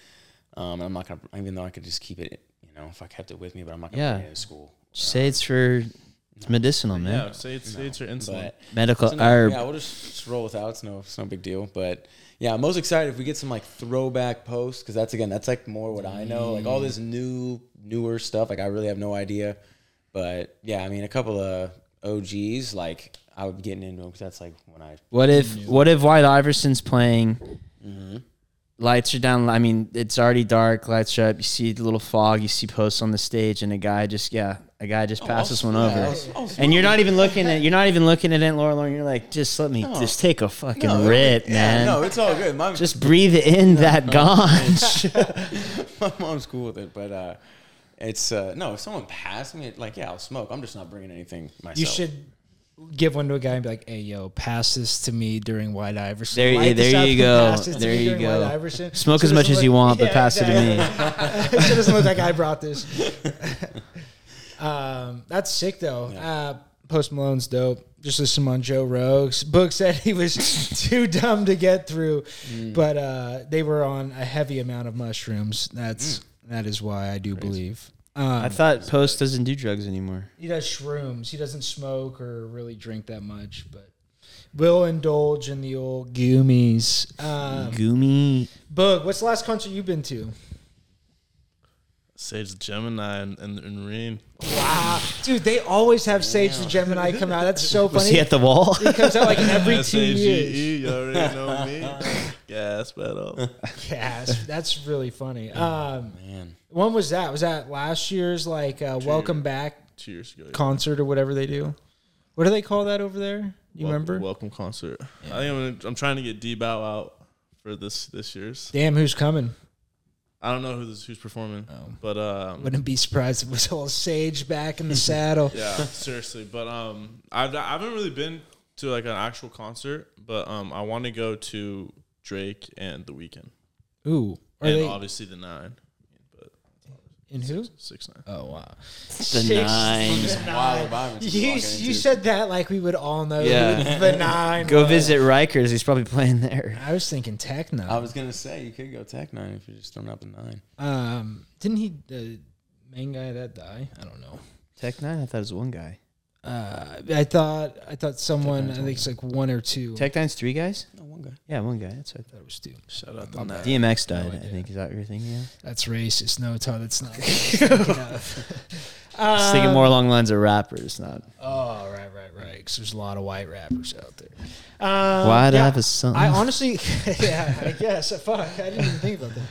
Um, I'm not gonna even though I could just keep it, you know, if I kept it with me, but I'm not gonna bring
Yeah.
it to school.
Say it's for it's medicinal, man.
Yeah, say it's, say it's your insulin.
But
Medical
so no,
herb.
yeah, we'll just, just roll without. It's no, it's no big deal. But yeah, I'm most excited if we get some like throwback posts because that's again, that's like more what I know. Like all this new, newer stuff. Like I really have no idea. But yeah, I mean, a couple of OGs. Like I would be getting into them because that's like when I
What if what if White Iverson's playing?
Mm-hmm.
Lights are down. I mean, it's already dark. Lights are up. You see the little fog. You see posts on the stage, and a guy just yeah, a guy
Oh,
just passes one over. and you're not even looking at you're not even looking at Aunt Laura. Lauren, you're like, just let me just take a fucking
No,
rip,
yeah,
man.
No, it's all good. My,
just breathe in that ganj.
my mom's cool with it, but uh, it's uh, no. If someone passed me, like yeah, I'll smoke. I'm just not bringing anything myself.
You should give one to a guy and be like, "Hey, yo, pass this to me during White Iverson."
There you-
Light this
there
up
you
and
go.
pass it to
There
me
you
during
go.
White Iverson.
Smoke
So
as
it
much
doesn't
as you
look-
want, but
Yeah,
pass it to me.
exactly. so it doesn't look like I brought this. Um, that's sick though. Uh, Post Malone's dope. Just listen on Joe Rogan's book said he was too dumb to get through,
Mm.
but uh, they were on a heavy amount of mushrooms.
Mm.
That's that is why I do believe. Um,
I thought Post doesn't do drugs anymore.
he does shrooms. He doesn't smoke or really drink that much, but will indulge in the old goomies. Um,
Goomy.
Boog, what's the last concert you've been to?
Sage the Gemini and, and, and Reen.
Wow, dude, they always have Sage the Gemini come out. That's so
Was he
funny.
at the wall?
He comes out like every two
E?
years.
S-A-G-E, you already know me. Gas pedal.
Yeah, that's, that's really funny. Um,
Man,
when was that? Was that last year's like uh, Welcome Back
Two years ago. yeah.
concert or whatever they do? What do they call that over there? You
Welcome-
remember?
Welcome concert. I think I'm, gonna, I'm trying to get D Bow out for this this year's.
Damn, who's coming?
I don't know who this, who's performing, but um,
Wouldn't be surprised if it was all Sage back in the saddle.
yeah, seriously. But um, I've I haven't really been to like an actual concert, but um, I want to go to Drake and The Weeknd,
Ooh, are
and
they
obviously the Nine, but
in who?
Six Nine.
Oh wow,
the nine.
wild environments we
You
walk into.
you said that like we would all know.
Yeah.
who the nine.
Go
was.
visit Rikers. He's probably playing there.
I was thinking techno.
I was gonna say you could go tech nine if you're just throwing out the nine.
um, didn't he the main guy that die? I don't know.
Tech Nine. I thought it was one guy.
Uh, I thought I thought someone. I think it's like one or two.
Tech Nine's three guys.
No one guy.
Yeah, one guy. That's what I
That was two.
Shout out the
thought.
Nine.
DMX died. I think is that what you're thinking. of?
That's racist. No, Todd, it's not. Enough.
I was thinking more along the lines of rappers, not
Oh, right, right, right. Because there's a lot of white rappers out there. Um,
White
yeah,
Iverson.
I honestly, yeah, I guess. Fuck, I didn't even think about that.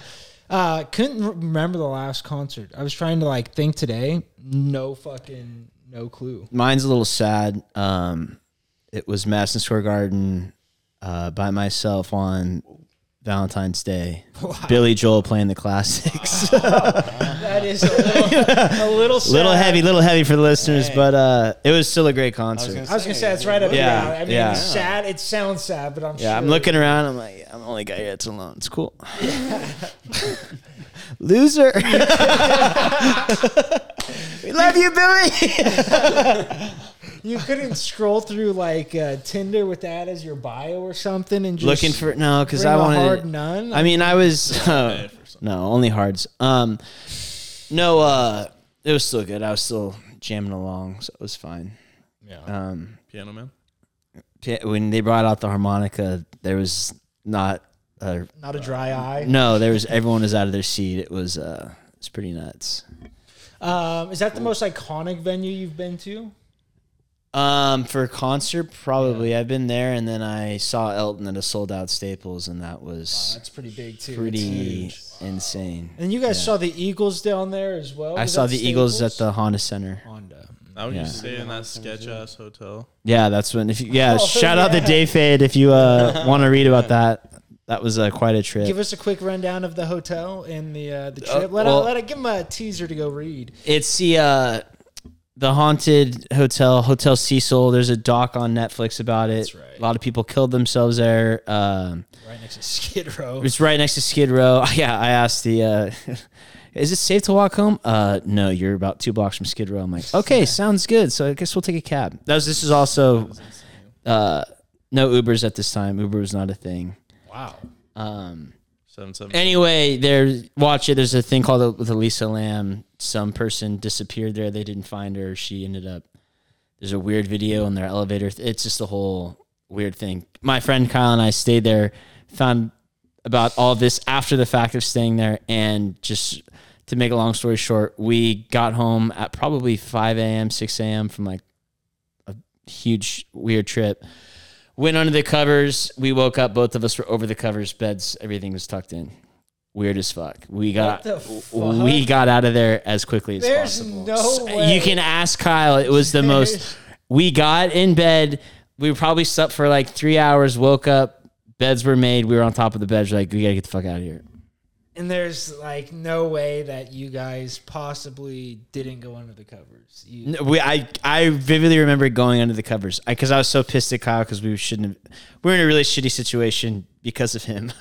Uh, couldn't re- remember the last concert. I was trying to like think today. No fucking, no clue.
mine's a little sad. Um, it was Madison Square Garden uh, by myself on Valentine's Day. Billy Joel playing the classics.
That is a little, a little, sad.
little heavy, little heavy for the listeners, but uh, it was still a great concert.
gonna
I was gonna say it's right up.
Yeah,
Yeah, I mean,
yeah.
it's sad. It sounds sad, but I'm.
yeah,
sure.
I'm looking around. I'm like, I'm the only guy here that's alone. It's cool. Loser. we love you, Billy.
You couldn't scroll through like uh, Tinder with that as your bio or something, and just
Looking for no, because
bring
I
a
wanted.
hard none.
I mean, I was
Hey, for some-
no only hards. Um, no, uh, it was still good. I was still jamming along, so it was fine.
yeah.
Um,
Piano Man.
pi- when they brought out the harmonica, there was not a
Not a dry eye.
no. There was everyone was out of their seat. It was uh, it's pretty nuts.
Um, is that the most iconic venue you've been to?
Um, for a concert, probably I've been there, and then I saw Elton at a sold out Staples, and that was
That's pretty big too.
pretty insane.
And you guys saw the Eagles down there as well.
I
Was
saw the
that
Eagles at
Staples?
the Honda Center.
Honda.
How would
Yeah.
you stay in that sketch ass hotel?
Yeah, that's when. If you, yeah,
Oh,
shout out the
yeah.
day fade if you uh, want to read about that. That was uh, quite a trip.
Give us a quick rundown of the hotel and the uh, the
Uh,
trip. let
well-
it, let it give them a teaser to go read.
It's the uh, the haunted hotel, Hotel Cecil. There's a doc on Netflix about it.
That's right.
A lot of people killed themselves there. Um,
Right next to Skid Row.
it's right next to Skid Row. Yeah, I asked the. Uh, Is it safe to walk home? Uh, no, you're about two blocks from Skid Row. I'm like, okay, sounds good. So I guess we'll take a cab. That was, this is also, uh, no Ubers at this time. Uber was not a thing.
Wow.
Um,
Seven
Eh.
seven.
anyway, there. Watch it. There's a thing called the, with Elisa Lamb. Some person disappeared there. They didn't find her. She ended up. There's a weird video in their elevator. It's just the whole weird thing. My friend Kyle and I stayed there. Found about all this after the fact of staying there, and just to make a long story short, we got home at probably 5 a.m., 6 a.m. from like a huge weird trip went under the covers. We woke up. Both of us were over the covers. Beds. Everything was tucked in. Weird as fuck. We got
the fuck?
we got out of there as quickly as
There's
possible.
no
S-
way.
You can ask Kyle. It was the most. We got in bed. We probably slept for like three hours. Woke up. Beds were made. We were on top of the beds. Like we gotta get the fuck out of here.
And there's like no way that you guys possibly didn't go under the covers. You,
No, we, I, I vividly remember going under the covers because I, was so pissed at Kyle because we shouldn't have. We were in a really shitty situation because of him.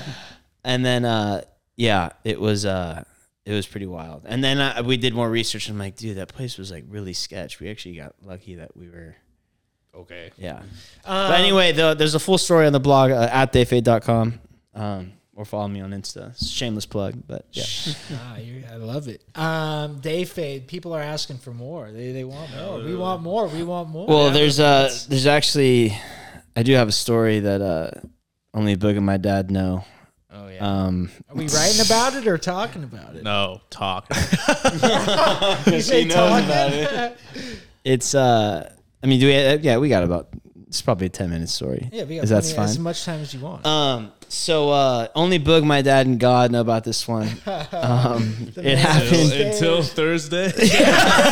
and then, uh, yeah, it was uh, it was pretty wild. And then uh, we did more research. And I'm like, dude, that place was like really sketch. We actually got lucky that we were.
Okay.
Yeah. but anyway, though, there's a full story on the blog uh, at dayfade.com. Um, or follow me on Insta. Shameless plug, but yeah.
Ah, you I love it. Um, day fade. People are asking for more. They, they want more. We want more. We want more.
Well, there's uh, there's actually, I do have a story that uh, only Boog and my dad know.
oh yeah.
Um,
are we writing about it or talking about it?
No talk.
You say
knows
talking?
about
it's uh, I mean, do we? Uh, yeah, we got about it's probably a ten minute story.
yeah, we got
Is that's
plenty-
fine.
as much time as you want.
um, so uh, only Boog, my dad, and God know about this one. Um, it
man
happened.
Thursday.
until Thursday.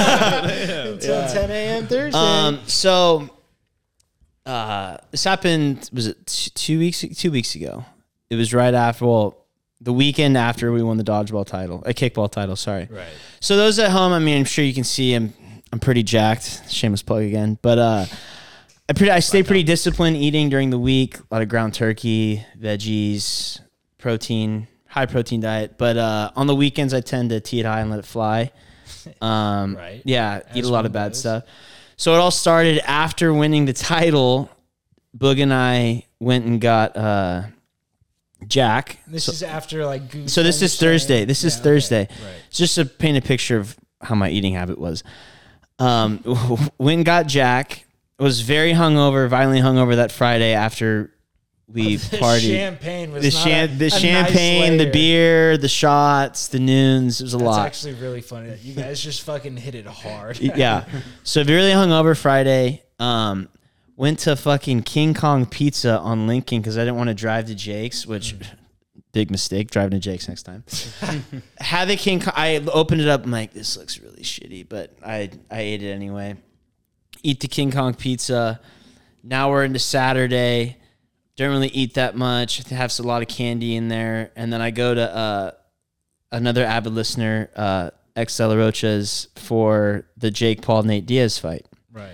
Until 10 a.m. Thursday.
Um, so uh, this happened. Was it t- two weeks? Two weeks ago. It was right after. Well, the weekend after we won the dodgeball title, a kickball title. Sorry. Right. So those at home, I mean, I'm sure you can see I'm I'm pretty jacked. Shameless plug again, but uh, I pretty I stay pretty disciplined eating during the week. A lot of ground turkey, veggies, protein, high protein diet. But uh, on the weekends, I tend to tee it high and let it fly. Um,
Right.
Yeah, eat
As
a lot
one
of bad
does.
stuff. So it all started after winning the title. Boog and I went and got uh, Jack.
this
so,
is after like goose.
so this is
understand.
Thursday. This is
Yeah, okay.
Thursday.
Right.
It's just to paint a picture of how my eating habit was. Um, when got Jack was very hungover, violently hungover that Friday after we
The
partied.
champagne was
The,
not
cham-
a- a
the
nice
champagne, the
layer.
beer, the shots, the noons. It was a
That's
lot.
actually really funny. that You guys just fucking hit it hard.
yeah. So really hungover Friday. Um, went to fucking King Kong Pizza on Lincoln because I didn't want to drive to Jake's, which big mistake driving to Jake's next time. Had the King Kong, I opened it up. I'm like, this looks really shitty, but I I ate it anyway. Eat the King Kong Pizza. Now we're into Saturday. Don't really eat that much. Have a lot of candy in there, and then I go to uh, another avid listener, uh, ex De La Rocha's, for the Jake Paul Nate Diaz fight.
Right.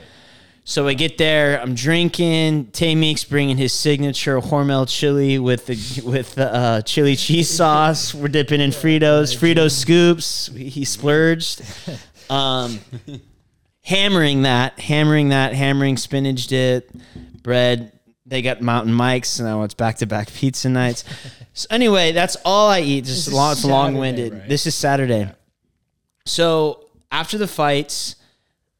So I get there, I'm drinking. Tay Meeks bringing his signature Hormel chili with the with the uh, chili cheese sauce. We're dipping in Fritos, Frito scoops. He he splurged. Um, hammering that, hammering that, hammering spinach dip, bread. They got Mountain Mike's, and now it's back to back pizza nights. So anyway, that's all I eat. Just
is
long, it's
Saturday,
long winded.
right?
This is Saturday. So after the fights,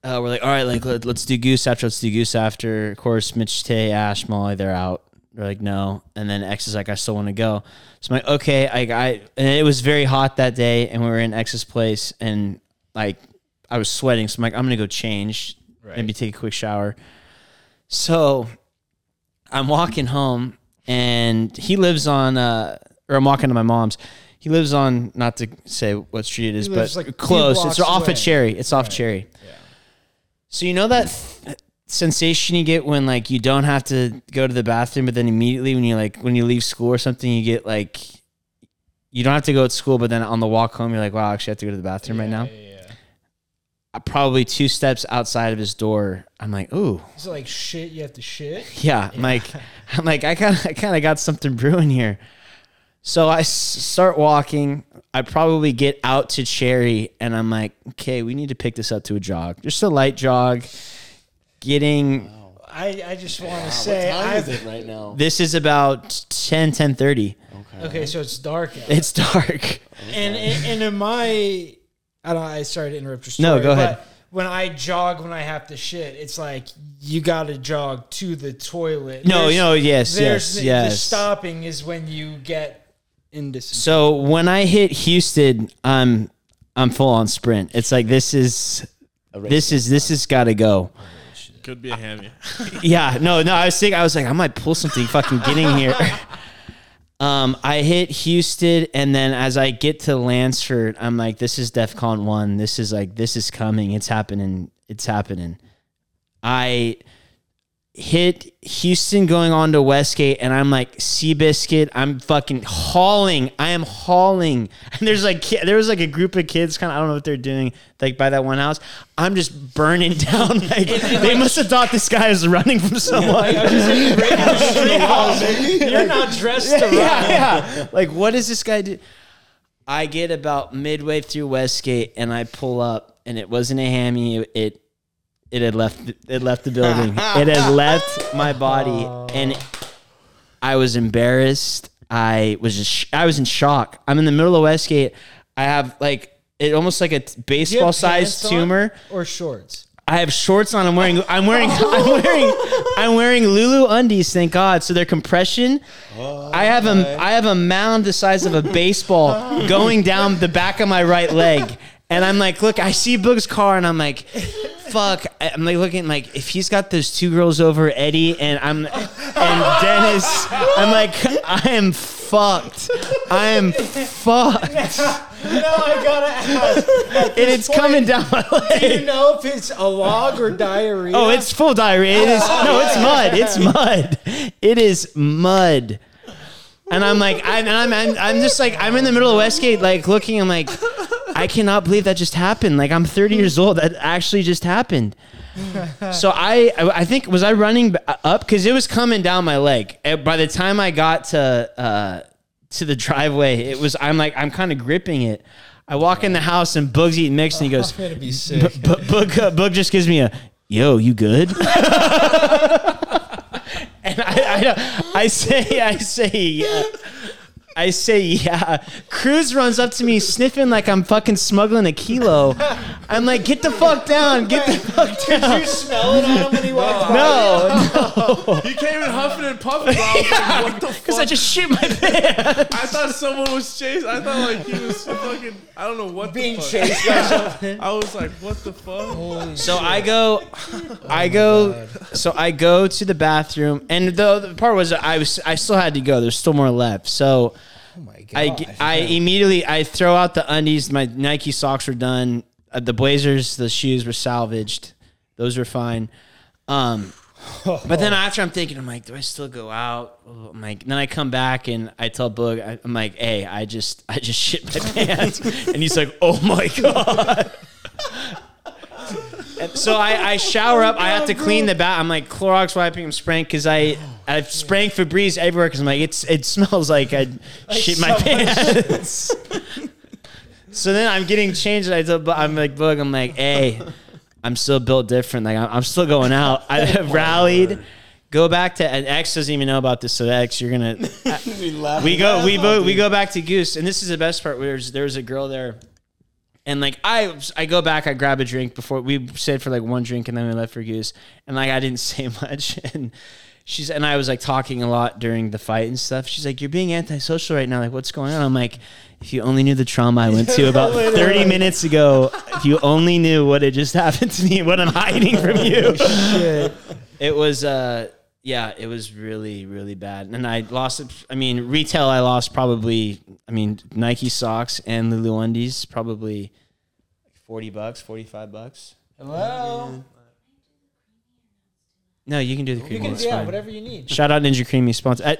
uh, we're like, all right, like let, us do goose after, let's do goose after. Of course, Mitch, Tay, Ash, Molly, they're out. They're like, no. And then X is like, I still want to go. So I'm like, okay, I, I and it was very hot that day, and we were in X's place, and like I was sweating, so I'm like, I'm gonna go change, maybe take a quick shower. So I'm walking home, and he lives on, uh, or I'm walking to my mom's. He lives on, not to say what street it is, but
lives, like, a few
close. It's
blocks
off
away.
of Cherry. It's off Cherry. So you know that th- sensation you get when like you don't have to go to the bathroom, but then immediately when you like when you leave school or something, you get like you don't have to go at school, but then on the walk home, you're like, wow, I actually have to go to the bathroom right now. Uh, Probably two steps outside of his door, I'm like, ooh,
Is it like shit? You have to shit.
yeah, I'm like I'm like I kind of I kind of got something brewing here. So I s- start walking. I probably get out to Cherry, and I'm like, okay, we need to pick this up to a jog, just a light jog. Getting
I, I just want to say I've,
it right now?
this is about 10, 10
okay, so it's dark. Out.
It's dark.
and and and in my I don't I sorry to interrupt your story.
No, go ahead.
But when I jog when I have to shit, it's like you got to jog to the toilet.
No,
There's-
no, yes,
there's
yes,
the, The
yes.
stopping is when you get into some
So when I hit Houston, I'm I'm full on sprint. It's like this is this is this has got to go.
Could be a hammy.
Yeah, no, no. I was thinking, I was like, I might pull something fucking getting here. Um, I hit Houston, and then as I get to Lansford, I'm like, this is DefCon one. This is like, this is coming. It's happening. It's happening. I hit Houston going on to Westgate, and I'm like, Seabiscuit, I'm fucking hauling. I am hauling. And there's like, ki- there was like a group of kids, kind of, I don't know what they're doing, like by that one house. I'm just burning down. Like, they must have thought this guy was running from someone.
You're not dressed to run.
yeah, yeah. Like, what does this guy do? I get about midway through Westgate and I pull up, and it wasn't a hammy. It it, it had left it left the building. it had left my body,
Oh.
and I was embarrassed. I was just sh- I was in shock. I'm in the middle of Westgate. I have like it almost like a t-
Do you
baseball
have pants
sized
on
tumor.
or shorts.
I have shorts on. I'm wearing. I'm wearing. I'm wearing. I'm wearing Lulu undies. Thank God. So they're compression. I have a. I have a mound the size of a baseball going down the back of my right leg, and I'm like, look, I see Boog's car, and I'm like, fuck. I- I'm like looking like if he's got those two girls over Eddie and I'm and Dennis. I'm like, I am fucked. I am fucked,
No, I gotta ask.
and it's coming down my leg.
Do you know if it's a log or diarrhea?
Oh, it's full diarrhea. It is no, it's mud. It's mud. It is mud. And I'm like, I'm, and I'm, I'm, I'm just like, I'm in the middle of Westgate, like looking. I'm like, I cannot believe that just happened. Like, I'm 30 years old. That actually just happened. So I, I I think was I running b- uh, up because it was coming down my leg. And by the time I got to uh, to the driveway, it was I'm like I'm kind of gripping it. I walk in the house and Boog's eating mix and he goes,
gonna be
B-
sick.
B- Boog, uh, Boog just gives me a, yo, you good? and I, I, I say, I say, yeah. I say, yeah. Cruz runs up to me sniffing like I'm fucking smuggling a kilo. I'm like, get the fuck down, get the fuck down.
you smell it on him when he walks by?
No,
you came in huffing and puffing. Bro. I was like, what the
because
fuck?
I just shit my pants.
I thought someone was chasing. I thought like he was fucking. I don't know what
Being
the fuck.
chased by something.
I was like, what the fuck?
So I go, I go, so I go to the bathroom, and the, the part was I was I still had to go. There's still more left, so.
Oh my god.
I, g- I immediately I throw out the undies. My Nike socks were done. Uh, the blazers, the shoes were salvaged. Those were fine. Um, but then after I'm thinking, I'm like, do I still go out? Oh, I'm like, then I come back and I tell Boog, I, I'm like, hey, I just I just shit my pants, and he's like, oh my god. And so I, I shower up. I have to clean the bath. I'm like Clorox wiping. I'm spraying because I I've spraying Febreze everywhere because I'm like it's it smells like I shit my
someone-
pants. so then I'm getting changed. And I tell, Bu- I'm like Boog. I'm like, hey, I'm still built different. Like I'm, I'm still going out. I have rallied. Go back to and X doesn't even know about this. So X, you're gonna
we laugh.
we go we bo- we go back to Goose, and this is the best part. There's there's a girl there And like I, I go back, I grab a drink before we stayed for like one drink, and then we left for Goose. And like I didn't say much, and she's and I was like talking a lot during the fight and stuff. She's like, "You're being antisocial right now. Like, what's going on?" I'm like, "If you only knew the trauma I went to about 30 minutes ago. If you only knew what had just happened to me, and what I'm hiding from you."
Shit.
It was uh yeah, it was really really bad. And I lost it I mean, retail I lost probably I mean, Nike socks and Lulu undies probably 40 bucks, 45 bucks.
Hello.
No, you can do the creamy.
You can,
it's
yeah,
fine.
whatever you need.
Shout out Ninja Creamy sponsor. I,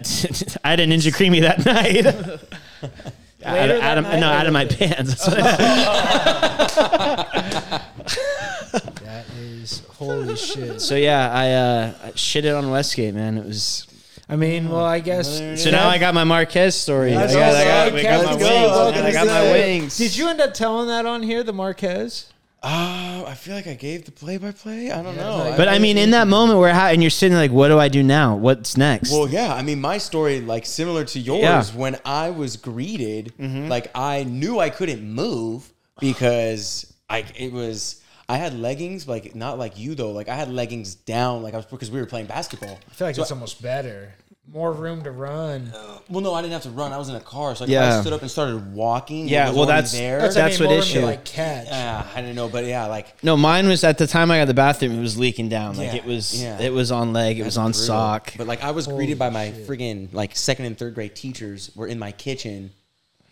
I had a Ninja Creamy that night. out,
that
of- out of-
night
no,
or
out of my
later?
pants. That's what I said.
That is holy shit.
so yeah, I, uh, I shitted on Westgate, man. It was.
I mean, well, I guess.
So now I got my Marquez story. I
That's
got, I got,
awesome.
I got my
Let's go.
wings. man. I
Welcome
got
to
my
the-
wings.
Did you end up telling that on here, the Marquez?
Uh, I feel like I gave the play by play. I don't know.
But I mean, in that moment where how, and you're sitting like, what do I do now? What's next?
Well, yeah. I mean, my story, like similar to yours,
Yeah.
when I was greeted, like I knew I couldn't move because I it was I had leggings, like not like you though. Like I had leggings down, like I was because we were playing basketball.
I feel like it's almost better. More room to run.
Well, no, I didn't have to run. I was in a car, so like, if
Yeah.
I stood up and started walking.
Yeah,
it was
well,
already
that's-
there.
that's-
I mean,
what
more room
issue.
To, like catch.
yeah, I don't know, but yeah, like
no, mine was at the time I got to the bathroom. It was leaking down. Like
Yeah,
it was,
yeah.
it was on leg. It was on
brutal.
sock.
But like I was greeted by my friggin' like second and third grade teachers were in my kitchen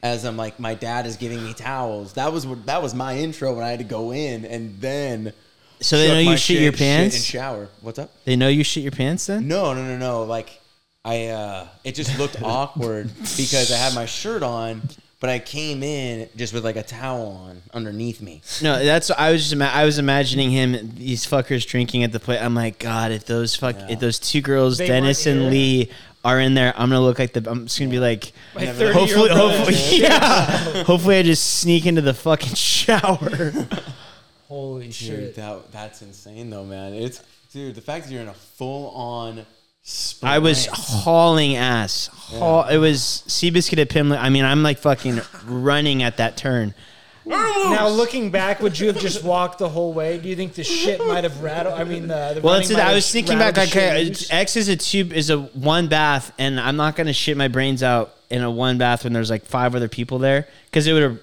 as I'm like my dad is giving me towels. That was what that was my intro when I had to go in and then
So they
shook
know you
my
shit your pants?
and shower. What's up?
They know you shit your pants then.
No, no, no, no. Like I uh it just looked awkward because I had my shirt on, but I came in just with like a towel on underneath me.
No, that's what I was just ima- I was imagining him these fuckers drinking at the plate. I'm like, God, if those fuck
Yeah.
if those two girls,
They
Dennis
weren't
and
here.
Lee, are in there, I'm gonna look like the I'm just gonna be like,
My
Never-
30
hopefully,
year old
hopefully, yeah, hopefully I just sneak into the fucking shower.
Holy
Dude,
shit.
that that's insane though, man. It's dude, the fact that you're in a full on
I was hauling ass. Haul, It was Seabiscuit at Pimlico. I mean, I'm like fucking running at that turn.
Now looking back, would you have just walked the whole way? Do you think the shit might have rattled? I mean, the, the
Well,
running
that's it.
might
I
have
was thinking
rattled
back. Like, uh,
the
okay,
shoes?
X is a tube is a one bath, and I'm not gonna shit my brains out in a one bath when there's like five other people there because it would have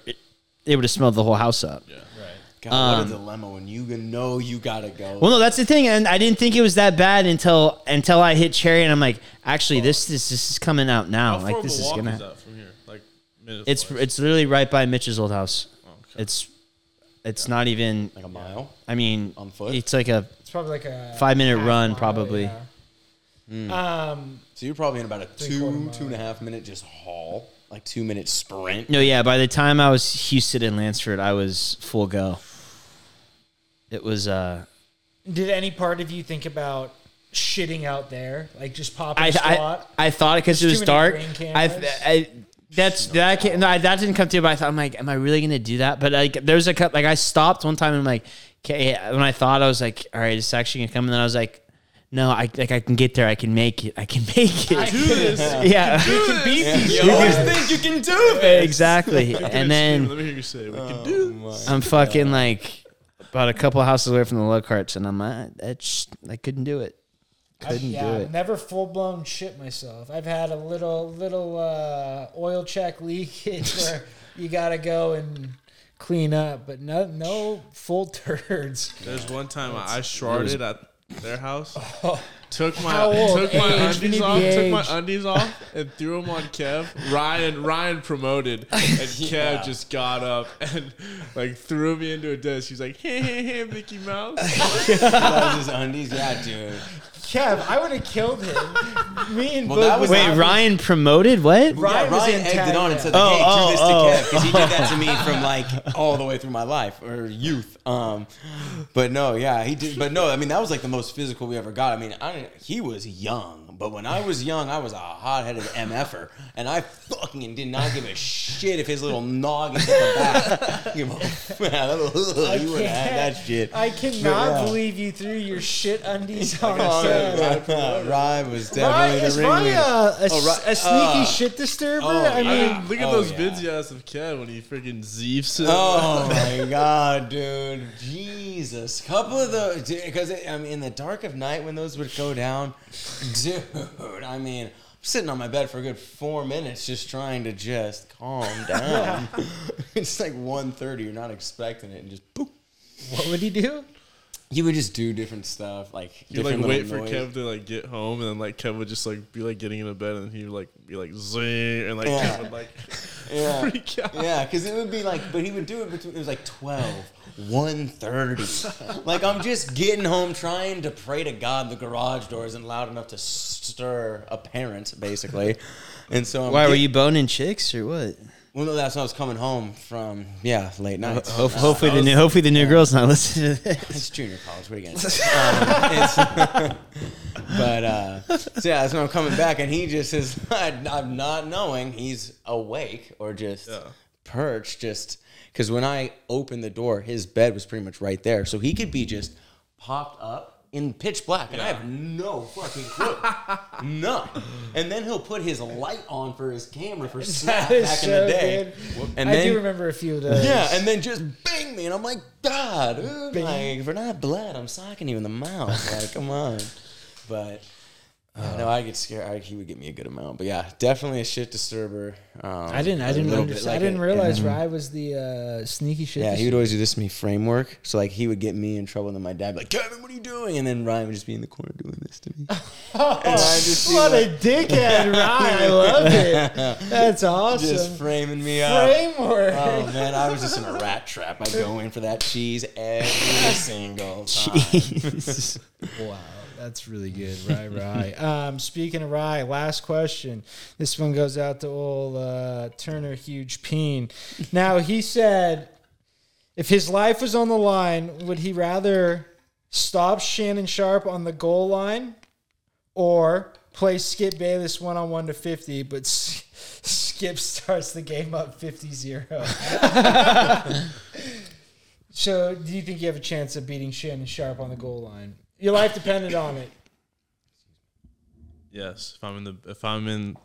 it would have smelled the whole house up.
God, what a dilemma when you know you gotta go.
Well, no, that's the thing, and I didn't think it was that bad until until I hit Cherry, and I'm like, actually, this this this is coming out now.
How far
like
of a
this is
walk
gonna.
is that from here? Like minutes.
It's
wise?
it's literally right by Mitch's old house.
okay.
It's it's not even.
like a mile.
I mean,
On foot?
It's like a
it's probably like a
five minute
half
run,
mile,
probably.
yeah. Um,
So you're probably in about a
quarter
two,
mile.
two and a half minute just haul, like two minute sprint.
No, yeah. By the time I was Houston and Lansford, I was full go. It was. uh
did any part of you think about shitting out there, like just popping
I
a
I,
squat?
I thought because it
There's
was
too
dark.
many green
I,
cameras.
I that's that can, no, I, that didn't come through. But I thought I'm like, am I really gonna do that? But like, there's a cou- like I stopped one time and I'm like, okay. When I thought I was like, all right, it's actually gonna come, and then I was like, no, I like I can get there. I can make it. I can make it.
do this.
yeah,
You always think you can do it.
exactly. And then.
let me hear you say we can do.
I'm fucking like about a couple houses away from the low carts, and I'm uh, that's I couldn't do it. Couldn't
yeah,
do it.
never full blown shit myself. I've had a little little uh, oil check leakage where you gotta go and clean up, but no no full turds.
There's one time I sharded at their house. Took my
How old?
took my
Age. We need
undies
the
off. Took
age.
my undies off and threw them on Kev. Ryan Ryan promoted and Kev just got up and like threw me into a desk. He's like, hey hey hey, Mickey Mouse.
That was his undies, yeah, dude.
Kev, I would have killed him. Me and
Well,
Boog
that was
Wait, Ryan promoted
Ryan
what?
was
yeah, Ryan
in
egged
town,
it on and
yeah.
said,
Oh,
"Hey,
oh,
do this
oh.
to Kev," because he did that to me from like all the way through my life or youth. Um, but no, yeah, he did. But no, I mean that was like the most physical we ever got. I mean, I I he was young, but when I was young, I was a hot-headed mf'er, and I fucking did not give a shit if his little noggin hit the back. Give a- you would have had that shit.
I cannot
yeah.
believe you threw your shit undies on
Oh,
us. Yeah.
yeah, Rye was
Rye,
definitely
is
the
Rye
ringleader.
a, a,
Oh, Rye-
a sneaky
uh,
shit disturber?
oh,
I mean,
yeah.
Look at
Oh,
those
yeah.
vids you asked of Ken when he freaking zeefs it.
Oh my god, dude! Jesus, couple of those because I mean, in the dark of night when those would go down, dude. I mean, I'm sitting on my bed for a good four minutes just trying to just calm down. it's like 1.30, You're not expecting it, and just poof.
what would he do?
You would just do different stuff, like
You like
different
wait for
little noise.
Kev to like get home, and then like Kev would just like be like getting into bed, and he would like be like zing, and like
Yeah.
Kev would like
Yeah.
freak out.
Yeah, because it would be like, but he would do it between, it was like 12, 1.30. like, I'm just getting home trying to pray to God the garage door isn't loud enough to stir a parent, basically. And so I'm
Why were
get-
you boning chicks or what?
Well, no, that's when I was coming home from, yeah, late nights.
Ho- hopefully, the new, hopefully the new girl's not listening to this.
It's junior college. What are you gonna do? Um, it's- but uh, so yeah, that's when I'm coming back, and he just is. I'm not knowing he's awake or just
Yeah.
perched, just because when I opened the door, his bed was pretty much right there, so he could be just popped up in pitch black, and I have no fucking clue, none. And then he'll put his light on for his camera for snap
That is
back in
so
the day,
good.
and
I
then
do remember a few of those.
yeah, and then just bang me, and I'm like, God, dude, like, if we're not blood, I'm socking you in the mouth. Like, come on. But yeah,
Uh.
no, I get scared. I, he would get me a good amount, but yeah, definitely a shit disturber. Um,
I didn't. I
a
didn't.
little
Under,
bit like
I didn't
it.
realize Rye was the uh, sneaky shit.
Yeah, he
dis-
would always do this to me framework. So like he would get me in trouble, and then my dad would be like, Kevin, what are you doing? And then Ryan would just be in the corner doing this to me. and I'd Oh, just be
what
like,
a dickhead, Rye! I love it. That's awesome.
just framing me up.
Framework.
Oh man, I was just in a rat trap. I go in for that cheese every single time.
Jeez.
Wow, that's really good. Rye, Rye. um, speaking of Rye, last question. This one goes out to old uh, Turner Huge Peen. Now, he said if his life was on the line, would he rather stop Shannon Sharp on the goal line or play Skip Bayless one on one to 50, but S- Skip starts the game up 50 0? So, do you think you have a chance of beating Shannon Sharp on the goal line? Your life depended on it.
Yes, if I'm in the if I'm in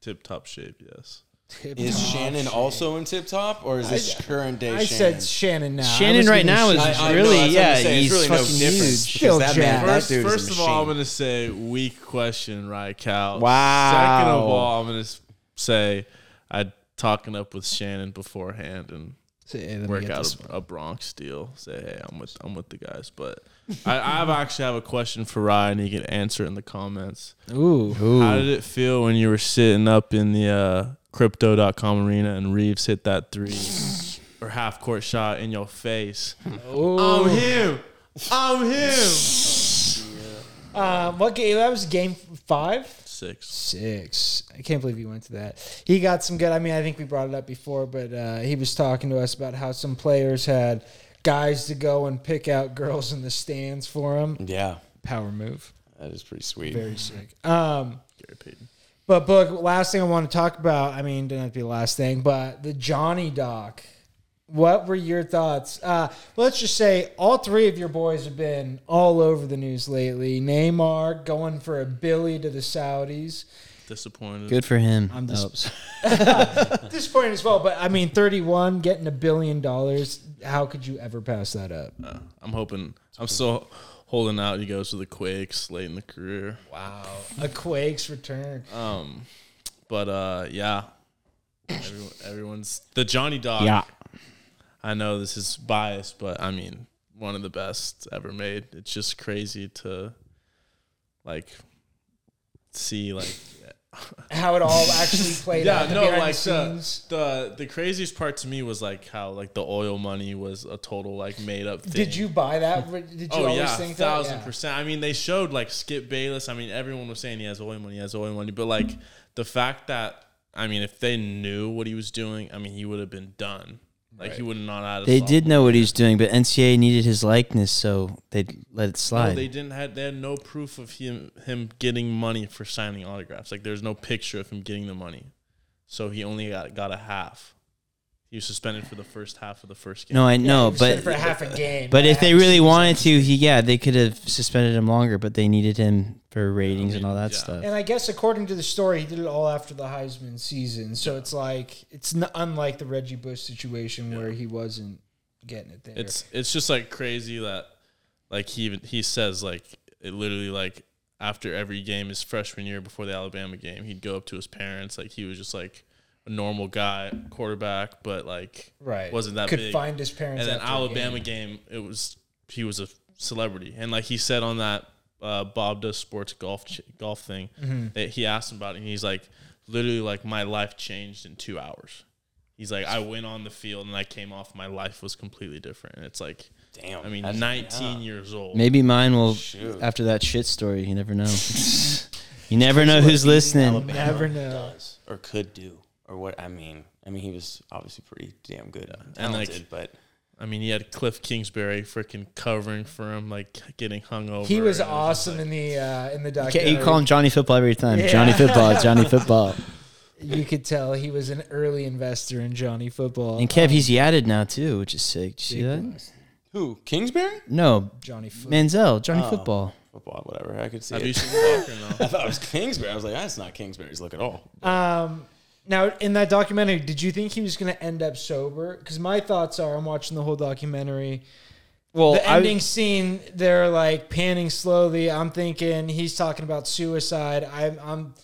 tip top shape, yes.
Is Shannon also in tip top, or is this current day?
I
Shannon?
said Shannon now. I was
Shannon right
giving
now is
Shannon-
I- I know,
really,
that's what I'm
yeah,
saying. It's
he's
really no
fucking
difference,
huge.
because
Still
that
jacked.
man- that
First,
dude is a
first of all, I'm
machine.
gonna say weak question, right, Cal?
Wow.
Second of all, I'm gonna s- say I'd talking up with Shannon beforehand and work out a, a Bronx deal. Say, hey, I'm with I'm with the guys. But I, I've actually have a question for Ryan. He can answer it in the comments.
Ooh.
How did it feel when you were sitting up in the uh, crypto.com arena and Reeves hit that three or half court shot in your face? I'm him. I'm him.
Uh, what game? That was game five?
Six.
Six. I can't believe you went to that. He got some good. I mean, I think we brought it up before, but uh, he was talking to us about how some players had guys to go and pick out girls in the stands for him.
yeah,
Power move.
that is pretty sweet.
Very sick. Um,
Gary Payton.
But book last thing I want to talk about. I mean, didn't have to be the last thing, but the Johnny Doc. What were your thoughts? Uh, let's just say all three of your boys have been all over the news lately. Neymar going for a billy to the Saudis.
Disappointed.
Good for him.
I'm
I'm
just-
just,
Disappointing as well, but I mean, 31 getting a billion dollars. How could you ever pass that up?
Uh, I'm hoping. I'm still holding out. He goes to the Quakes late in the career.
Wow, a Quakes return.
Um, but uh, yeah. Everyone, everyone's the Johnny Doc.
yeah.
I know this is biased, but I mean, one of the best ever made. It's just crazy to like see like
How it all actually played out.
yeah,
the
no,
behind the
like uh, the,
scenes.
the the craziest part to me was like how like the oil money was a total like made up thing.
Did you buy that? Did you
Oh
always
yeah,
think that?
thousand
Yeah.
percent. I mean, they showed like Skip Bayless. I mean, everyone was saying he has oil money, he has oil money, but like the fact that I mean, if they knew what he was doing, I mean, he would have been done. Like he would not have.
They
saw
did
him.
know what he was doing, but NCA needed his likeness, so they let it
No,
slide.
they didn't have. They had no proof of him him getting money for signing autographs. Like there's no picture of him getting the money, so he only got got a half. He was suspended for the first half of the first game.
no, I know,
Said for
but
half a game.
but if
I
they
have
really
to-
wanted to, he yeah, they could have suspended him longer, but they needed him for ratings and all that
yeah.
stuff.
And I guess according to the story, he did it all after the Heisman season, so it's like it's n- unlike the Reggie Bush situation where he wasn't getting it there.
it's it's just like crazy that like he even he says like it literally like after every game his freshman year before the Alabama game he'd go up to his parents like he was just like a normal guy quarterback but like
right.
wasn't that
could
big
find his parents?
and then
after a game.
Alabama game. it was he was a celebrity, and like he said on that uh, Bob does sports golf ch- golf thing, that he asked him about, it, and he's like, literally like my life changed in two hours. He's like, I went on the field and I came off. My life was completely different. And it's like,
Damn.
I mean,
that's-
19 years old.
Maybe mine will
Shoot.
after that shit story. You never know. you never know who's listening.
Alabama
Never know.
does or could do or what I mean. I mean, he was obviously pretty damn good, and
And, like,
talented, but
I mean, he had Cliff Kingsbury freaking covering for him, like getting hung over.
He was
and it just
awesome in the uh, in the
Okay,
documentary.
you call him Johnny Football every time.
Yeah.
Johnny Football, Johnny Football.
You could tell he was an early investor in Johnny Football.
And Kev, he's yadded now too, which is sick. Did you see that?
who Kingsbury
No,
Johnny Football.
Manziel, Johnny
Oh.
Football.
football, whatever. I could see
Have you
it.
seen the doctor
I
now?
thought it was Kingsbury. I was like, that's not Kingsbury's look at all.
Um, now in that documentary, did you think he was going to end up sober? Because my thoughts are, I'm watching the whole documentary.
Well,
the ending scene, they're like panning slowly. I'm thinking he's talking about suicide. I'm, I'm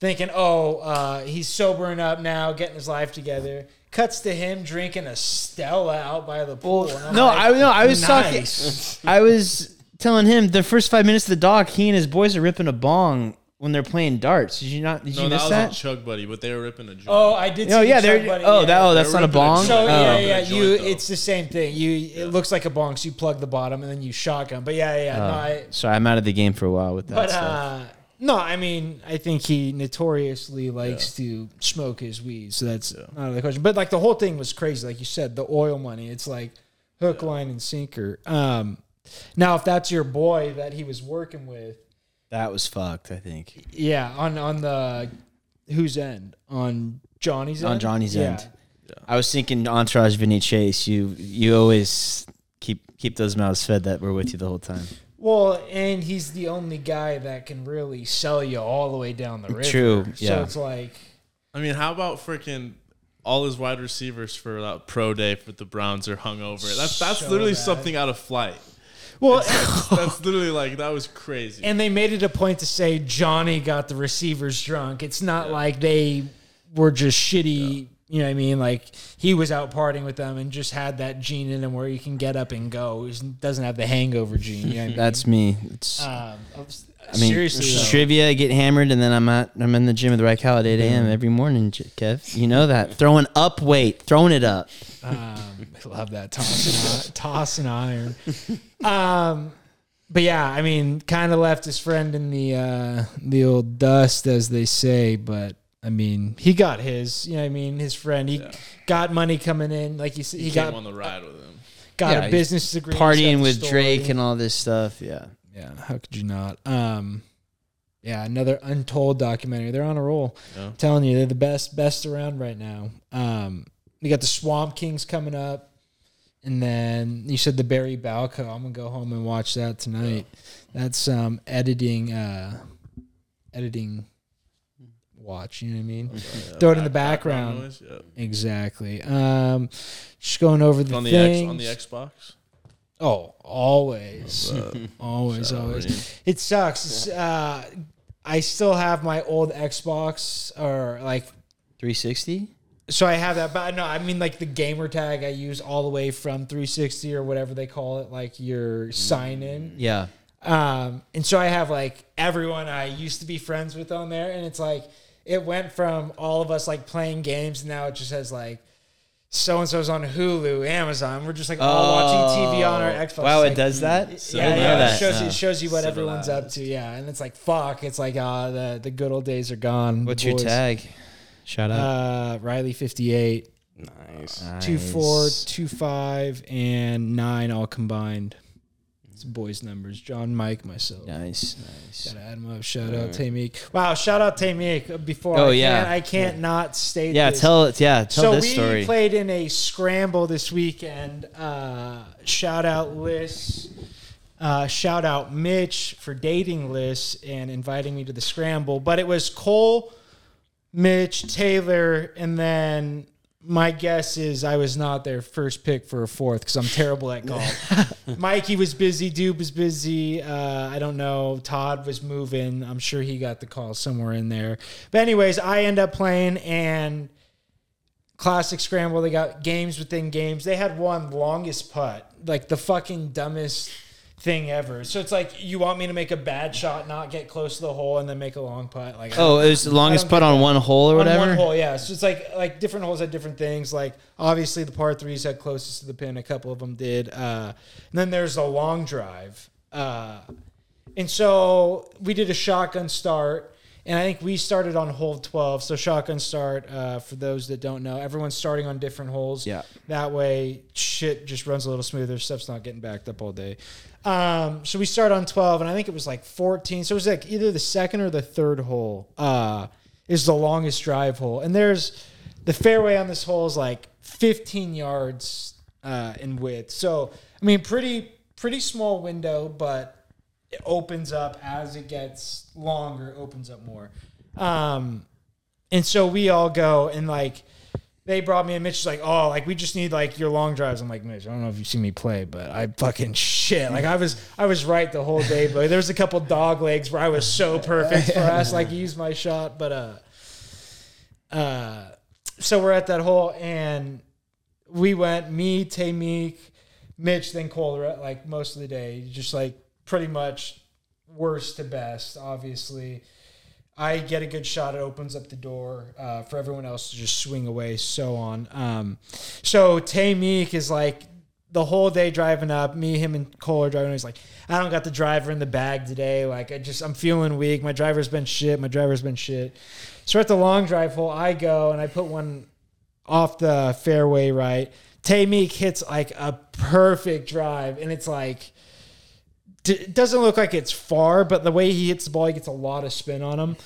thinking, oh, uh, he's sobering up now, getting his life together. Cuts to him drinking a Stella out by the pool. and I'm
no,
like,
I no, I was
nice.
talking. I was telling him the first five minutes of the doc, he and his boys are ripping a bong when they're playing darts. Did you not? Did
No,
you
that
miss
was
that?
a chug buddy, but they were ripping a joint.
Oh, I did.
oh
see
yeah,
the
they're.
Chuck Buddy,
oh,
yeah.
that, oh, that's
They're
not a
ripping a
bong.
So
oh.
yeah,
Yeah,
yeah,
joint,
you.
though.
It's the same thing. You. It looks like a bong, so you plug the bottom and then you shotgun. But yeah, yeah.
Oh.
no, I,
Sorry, I'm out of the game for a while with that
but
stuff.
uh, no, I mean, I think he notoriously likes to smoke his weed, so that's not out of the question. But like the whole thing was crazy, like you said, the oil money. It's like hook, line, and sinker. Um, now, if that's your boy that he was working with,
that was fucked. I think.
yeah, on on the whose end? On Johnny's
On
end.
Johnny's
Yeah.
end. I was thinking Entourage, Vinny Chase. You you always keep keep those mouths fed that were with you the whole time.
Well, and he's the only guy that can really sell you all the way down the river.
True,
So
yeah.
it's like,
I mean, how about freaking all his wide receivers for that pro day for the Browns are hungover? That's that's
So
literally
bad.
something out of flight.
well,
That's literally like that was crazy.
and they made it a point to say Johnny got the receivers drunk. It's not like they were just shitty. You know what I mean? Like he was out partying with them and just had that gene in him where you can get up and go. He doesn't have the hangover gene. You know what
That's me. It's,
I mean? Um,
I mean,
seriously, though.
trivia, I get hammered, and then I'm at I'm in the gym at the Raquel at 8 a.m. every morning, J- Kev. You know that throwing up weight, throwing it up.
Um, I love that toss and, i- toss and iron. Um, but yeah, I mean, kind of left his friend in the uh, the old dust, as they say. But I mean, he got his. You know, what I mean, his friend. He got money coming in, like you said. He,
He, came
got
on the ride with him.
got
Yeah,
a
he's
business degree, he's got
Partying
the
with
story.
Drake and all this stuff. Yeah,
yeah, how could you not? Um, yeah, another untold documentary. They're on a roll.
Yeah.
I'm telling you, they're the best, best around right now. Um, we got the Swamp Kings coming up, and then you said the Barry Balco. I'm gonna go home and watch that tonight. That's um editing, uh, editing watch. You know what I mean? Throw it in the background.
noise, yeah.
Exactly. Um, just going over the
on the X, Oh,
things.
on the Xbox.
Oh, always, always, always. It sucks. It's, uh, I still have my old Xbox or like
360.
so I have that, but no, I mean like the gamer tag I use all the way from 360 or whatever they call it, like your sign in.
Yeah,
Um, and so I have like everyone I used to be friends with on there, and it's like it went from all of us like playing games, and now it just says like so and so's on Hulu, Amazon. We're just like all Oh, watching TV on our Xbox.
Oh. Wow,
It's
it
like,
does that.
yeah,
I didn't know
yeah.
that.
It, shows you,
No.
it shows you what everyone's
Civilized.
up to. Yeah, and it's like fuck. It's like ah, the the good old days are gone.
What's
boys.
your tag? Shout out.
Uh, Riley fifty eight.
Nice.
Two four,
Nice.
two five, and nine all combined. It's boys' numbers. John, Mike, myself.
Nice, nice.
Gotta add them up. Shout out Tameek. Wow, shout out Tameek. Before
Oh,
I
yeah.
can't, I can't not state.
Yeah,
this.
tell it. Yeah, tell
so
this
we
story.
played in a scramble this weekend. Uh, shout out Liz. Uh, shout out Mitch for dating Liz and inviting me to the scramble. But it was Cole, Mitch, Taylor, and then my guess is I was not their first pick for a fourth because I'm terrible at golf. Mikey was busy. Dube was busy. Uh, I don't know. Todd was moving. I'm sure he got the call somewhere in there. But, anyways, I end up playing and classic scramble. They got games within games. They had one longest putt, like the fucking dumbest thing ever. So it's like you want me to make a bad shot, not get close to the hole, and then make a long putt. Like
Oh, it was the longest
don't
putt on one hole or whatever.
on one hole, yeah. So it's like like different holes had different things. Like obviously the par threes had closest to the pin. A couple of them did. Uh, and then there's a long drive. Uh, and so we did a shotgun start, and I think we started on hole twelve. So shotgun start uh, for those that don't know, everyone's starting on different holes.
Yeah.
That way, shit just runs a little smoother. Stuff's not getting backed up all day. Um, so we start on 12, and I think it was like 14. So it was like either the second or the third hole uh, is the longest drive hole. And there's the fairway on this hole is like 15 yards uh, in width. So, I mean, pretty, pretty small window, but it opens up as it gets longer, it opens up more. Um, and so we all go and like they brought me in. Mitch is like, oh, like we just need like your long drives. I'm like, Mitch, I don't know if you've seen me play, but I fucking shit. Like I was, I was right the whole day, but there was a couple dog legs where I was so perfect for us. Like use my shot, but uh, uh, so we're at that hole and we went me, Tameek, Mitch, then Cole the re- like most of the day, just like pretty much worst to best, obviously. I get a good shot. It opens up the door uh, for everyone else to just swing away, so on. Um, so Tay Meek is like the whole day driving up. Me, him, and Cole are driving. He's like, I don't got the driver in the bag today. Like, I just, I'm feeling weak. My driver's been shit. My driver's been shit. So at the long drive hole, I go and I put one off the fairway right. Tay Meek hits like a perfect drive, and it's like d- it doesn't look like it's far, but the way he hits the ball, he gets a lot of spin on him.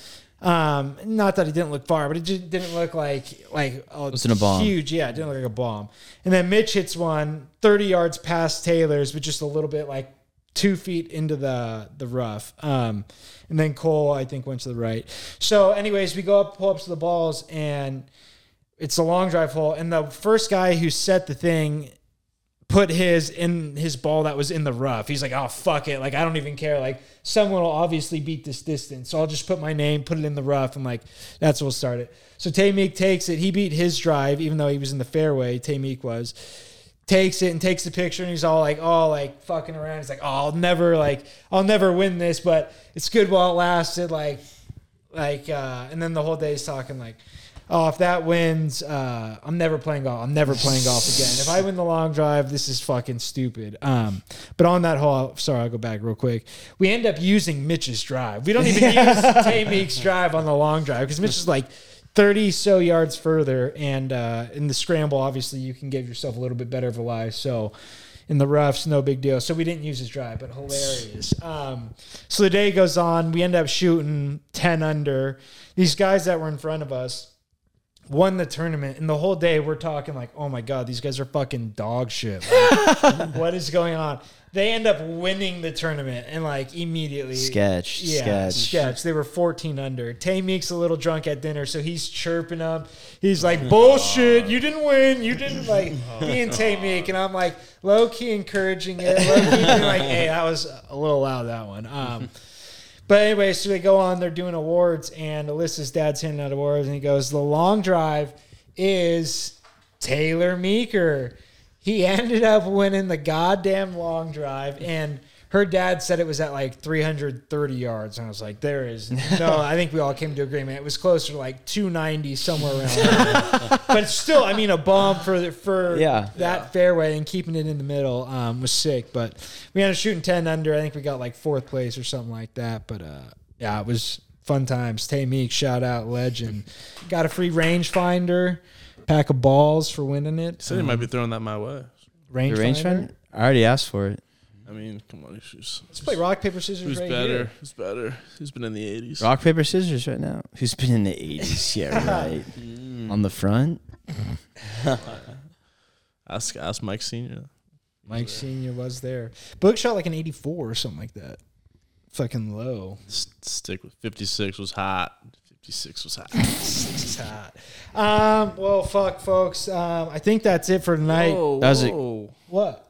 Um, not that he didn't look far, but it just didn't look like like oh, it
wasn't a bomb.
Huge, yeah, it didn't look like a bomb. And then Mitch hits one 30 yards past Taylor's, but just a little bit like two feet into the the rough. Um, and then Cole, I think, went to the right. So, anyways, we go up, pull up to the balls, and it's a long drive hole. And the first guy who set the thing put his in his ball that was in the rough. He's like, oh fuck it, like I don't even care. Like someone will obviously beat this distance, so I'll just put my name, put it in the rough, and like that's what we'll start it. So Tameek takes it. He beat his drive, even though he was in the fairway. Tameek was takes it and takes the picture, and he's all like, oh, like fucking around. He's like, oh, I'll never like I'll never win this, but it's good while it lasted. Like like uh and then the whole day he's talking like oh if that wins uh i'm never playing golf i'm never playing golf again if i win the long drive this is fucking stupid um but on that hole sorry i'll go back real quick we end up using mitch's drive we don't even use tay meek's drive on the long drive because mitch is like 30 so yards further and uh in the scramble obviously you can give yourself a little bit better of a lie so in the roughs, no big deal. So we didn't use his drive, but hilarious. Um, so the day goes on. We end up shooting 10 under. These guys that were in front of us won the tournament. And the whole day we're talking like, oh my God, these guys are fucking dog shit. Like, what is going on? They end up winning the tournament and like immediately.
Sketch,
Yeah,
sketch.
They were 14 under. Tay Meek's a little drunk at dinner, so he's chirping up. He's like, bullshit, you didn't win. You didn't like being Tay Meek. And I'm like, low key encouraging it. Low key being like, hey, that was a little loud, that one. Um, but anyway, so they go on, they're doing awards, and Alyssa's dad's handing out awards, and he goes, The long drive is Taylor Meeker. He ended up winning the goddamn long drive, and her dad said it was at like 330 yards. And I was like, There is no, I think we all came to agreement. It was closer to like 290, somewhere around there. but still, I mean, a bomb for, the- for
Yeah.
that fairway and keeping it in the middle um, was sick. But we ended up shooting ten under. I think we got like fourth place or something like that. But uh, yeah, it was fun times. Tay Meek, shout out legend. got a free rangefinder. pack of balls for winning it.
Said he might be throwing that my way.
The
range
rangefinder? I already asked for it.
I mean, come on, who's,
Let's play rock paper scissors.
who's
right
better?
Here.
Who's better? Who's been in the eighties?
Rock, paper, scissors right now. Who's been in the 80s? Yeah, right. On the front?
Ask ask Mike Senior.
Mike Senior was there. Book shot like an eighty four or something like that. Fucking low.
S- stick with fifty six was hot. Fifty six was hot.
This is hot. Um, well, fuck, folks. Um, I think that's it for tonight.
That was a-
whoa.
What?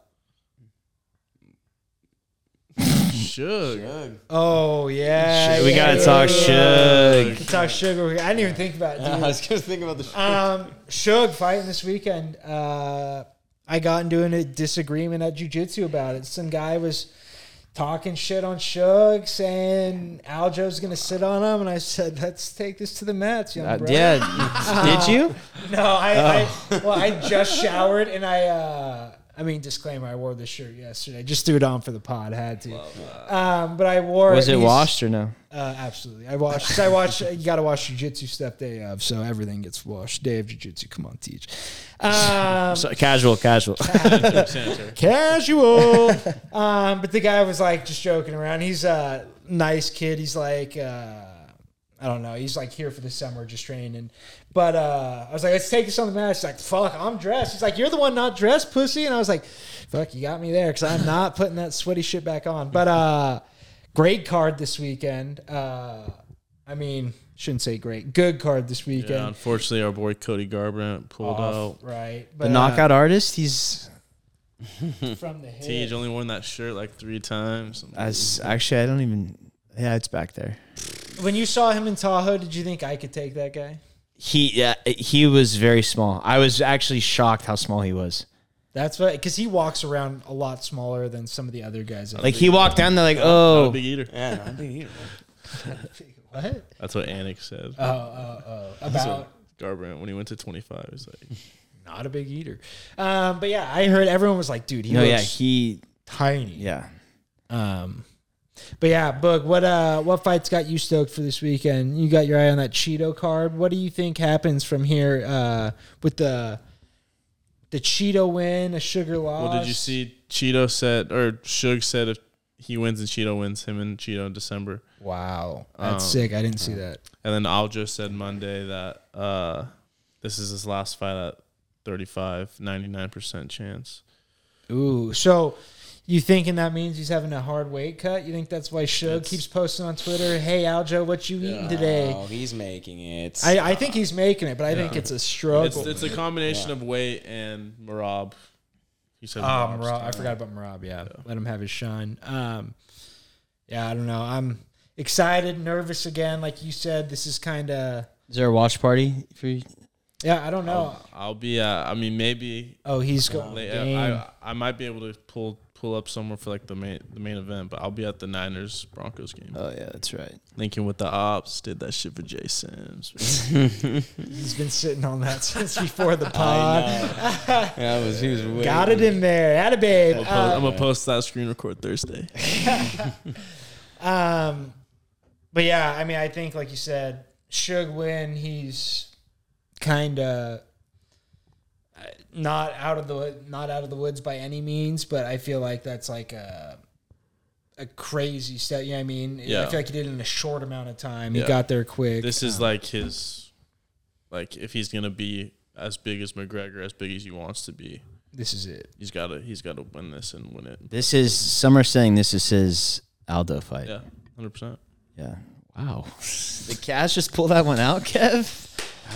Sugar.
Oh yeah,
we
yeah,
gotta
yeah,
talk
yeah.
Suge.
Talk sugar. I didn't even think about it. dude.
I was just thinking about the.
Uh,
um, Shug fighting this weekend. Uh, I got into a disagreement at jujitsu about it. Some guy was talking shit on Shug, saying Aljo's gonna sit on him, and I said, "Let's take this to the mats, young
Uh,
bro."
yeah. Oh. Did you?
No, I, I well, I just showered, and I. Uh, I mean, disclaimer: I wore this shirt yesterday. Just threw it on for the pod. Had to, um, but I wore.
Was it
these-
washed or no?
uh, absolutely. I watch. 'cause I watch. you got to watch jujitsu stuff day of, so everything gets washed. Day of jujitsu. Come on, teach. Um,
So, casual, casual.
casual. um, but the guy was like just joking around. He's a nice kid. He's like, uh, I don't know. He's like here for the summer, just training. But uh, I was like, let's take this on the mat. He's like, fuck, I'm dressed. He's like, you're the one not dressed, pussy. And I was like, fuck, you got me there because I'm not putting that sweaty shit back on. But uh, great card this weekend. Uh, I mean, shouldn't say great. Good card this weekend.
Yeah, unfortunately, our boy Cody Garbrandt pulled
Off,
out.
right. But,
The
uh,
knockout artist, he's.
from the hip.
Tej only worn that shirt like three times.
As, actually, I don't even. Yeah, it's back there.
When you saw him in Tahoe, did you think I could take that guy?
He uh, he was very small. I was actually shocked how small he was.
That's what, because he walks around a lot smaller than some of the other guys.
Like he walked down there, like oh,
Not a big eater.
Yeah, no, I think you-
what?
That's what Anik said.
Oh, oh, oh. About
Garbrandt when he went to twenty five, he's like,
not a big eater. Um, but yeah, I heard everyone was like, dude, he
no,
looks
yeah, he
tiny.
yeah.
Um, but yeah, Boog, what uh, what fights got you stoked for this weekend? You got your eye on that Cheeto card. What do you think happens from here uh, with the the Cheeto win, a sugar loss?
"Well, did you see Cheeto said or Suge said if he wins and Cheeto wins, him and Cheeto in December."
Wow, that's
Um,
sick. I didn't see that.
And then Aljo said Monday that uh, this is his last fight at 35, 99% chance.
Ooh, so you thinking that means he's having a hard weight cut? You think that's why Shug keeps posting on Twitter, "Hey Aljo, what you eating today?"
Oh, he's making it.
I, I think he's making it, but I think it's a struggle.
It's, it's a combination of weight and Marab. He said
Ah,
Marab's
Marab, I
down.
forgot about Marab. Yeah. let him have his shine. Um, yeah, I don't know. I'm excited, nervous again. Like you said, this is kind of
Is there a watch party for you?
yeah. I don't know.
I'll be, uh, I mean, maybe
Oh, he's going.
late,
dang.
I, I might be able to pull pull up somewhere for like the main the main event, but I'll be at the Niners Broncos game.
Uh.
Oh yeah, that's right.
Linking with the ops, did that shit for Jay Sims.
he's been sitting on that since before the pod.
Yeah, it was, he was way
Got it in there. Had a babe.
I'm
Uh,
gonna post that screen record Thursday.
Um, but yeah, I mean, I think like you said, Suge win. He's kind of not out of the not out of the woods by any means, but I feel like that's like a a crazy step. You know what I mean? I
Yeah.
feel like he did it in a short amount of time. He
Yeah.
got there quick.
This is like his, like if he's gonna be as big as McGregor, as big as he wants to be,
this is it.
he's gotta he's gotta win this and win it.
This is some are saying this is his Aldo fight.
Yeah, hundred percent.
Yeah. Wow. Did Cash just pull that one out, Kev?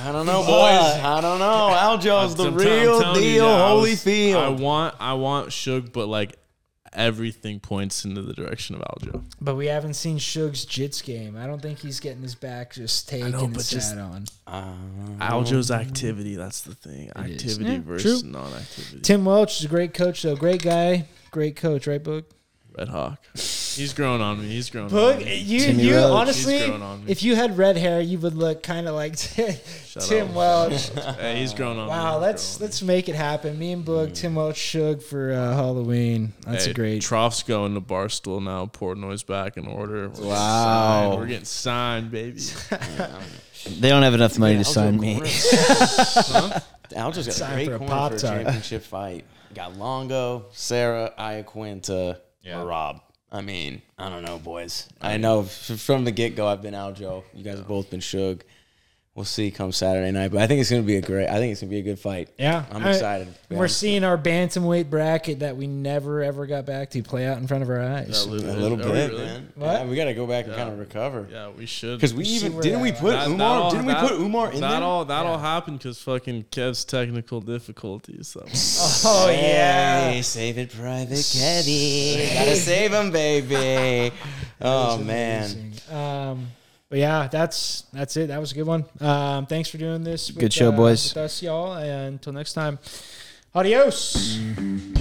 I don't know, boys. I don't know. Aljo's the real deal. Holyfield.
I want I want Suge, but like everything points into the direction of Aljo.
But we haven't seen Suge's jits game. I don't think he's getting his back just taken and
but
sat
just-
on.
Aljo's activity, that's the thing. Activity versus non-activity.
Tim Welch is a great coach, though. Great guy. Great coach, right, Boog?
Red Hawk. He's grown on me. He's grown.
Boog,
on me.
you,
Timmy
you
Welch.
honestly,
He's grown on me.
if you had red hair, you would look kind of like Tim
up.
Welch.
Hey, he's grown on. me.
wow,
He's
let's
grown on
let's make it happen. Me and Boog, Tim Welch, Shug for uh, Halloween.
me.
That's
Mm. Hey,
a great.
Trough's going to Barstool now. Portnoy's back in order. We're
Wow.
signed. We're getting signed, baby.
They don't have enough money to
Aljo
sign me.
Corrales. Aljo's got
Time
a great
for a
corner for a
Pop-Tart.
championship fight. Got Longo, Sarah, Iaquinta,
Yeah.
or Rob. I mean, I don't know, boys. I know f- from the get go, I've been Aljo. You guys have both been Suge. We'll see come Saturday night, but I think it's going to be a great. I think it's going to be a good fight.
Yeah,
I'm
I-
excited.
We're seeing our bantamweight bracket that we never ever got back to play out in front of our eyes.
a little
Are we
bit,
oh, really?
man.
What?
Yeah, we got to go back and kind of recover.
Yeah, we should.
Because we even
where
didn't we
that-
put
That- that
Umar?
all-
didn't we
that-
put Umar in
that
there?
all that all happened because fucking Kev's technical difficulties. So.
Oh yeah.
Hey, save it, Private Kevy. Gotta save him, baby. oh man,
Um, but yeah, that's that's it. That was a good one. Um, thanks for doing this. uh,
Good show, boys.
With us, y'all, and until next time. Adios.
Mm.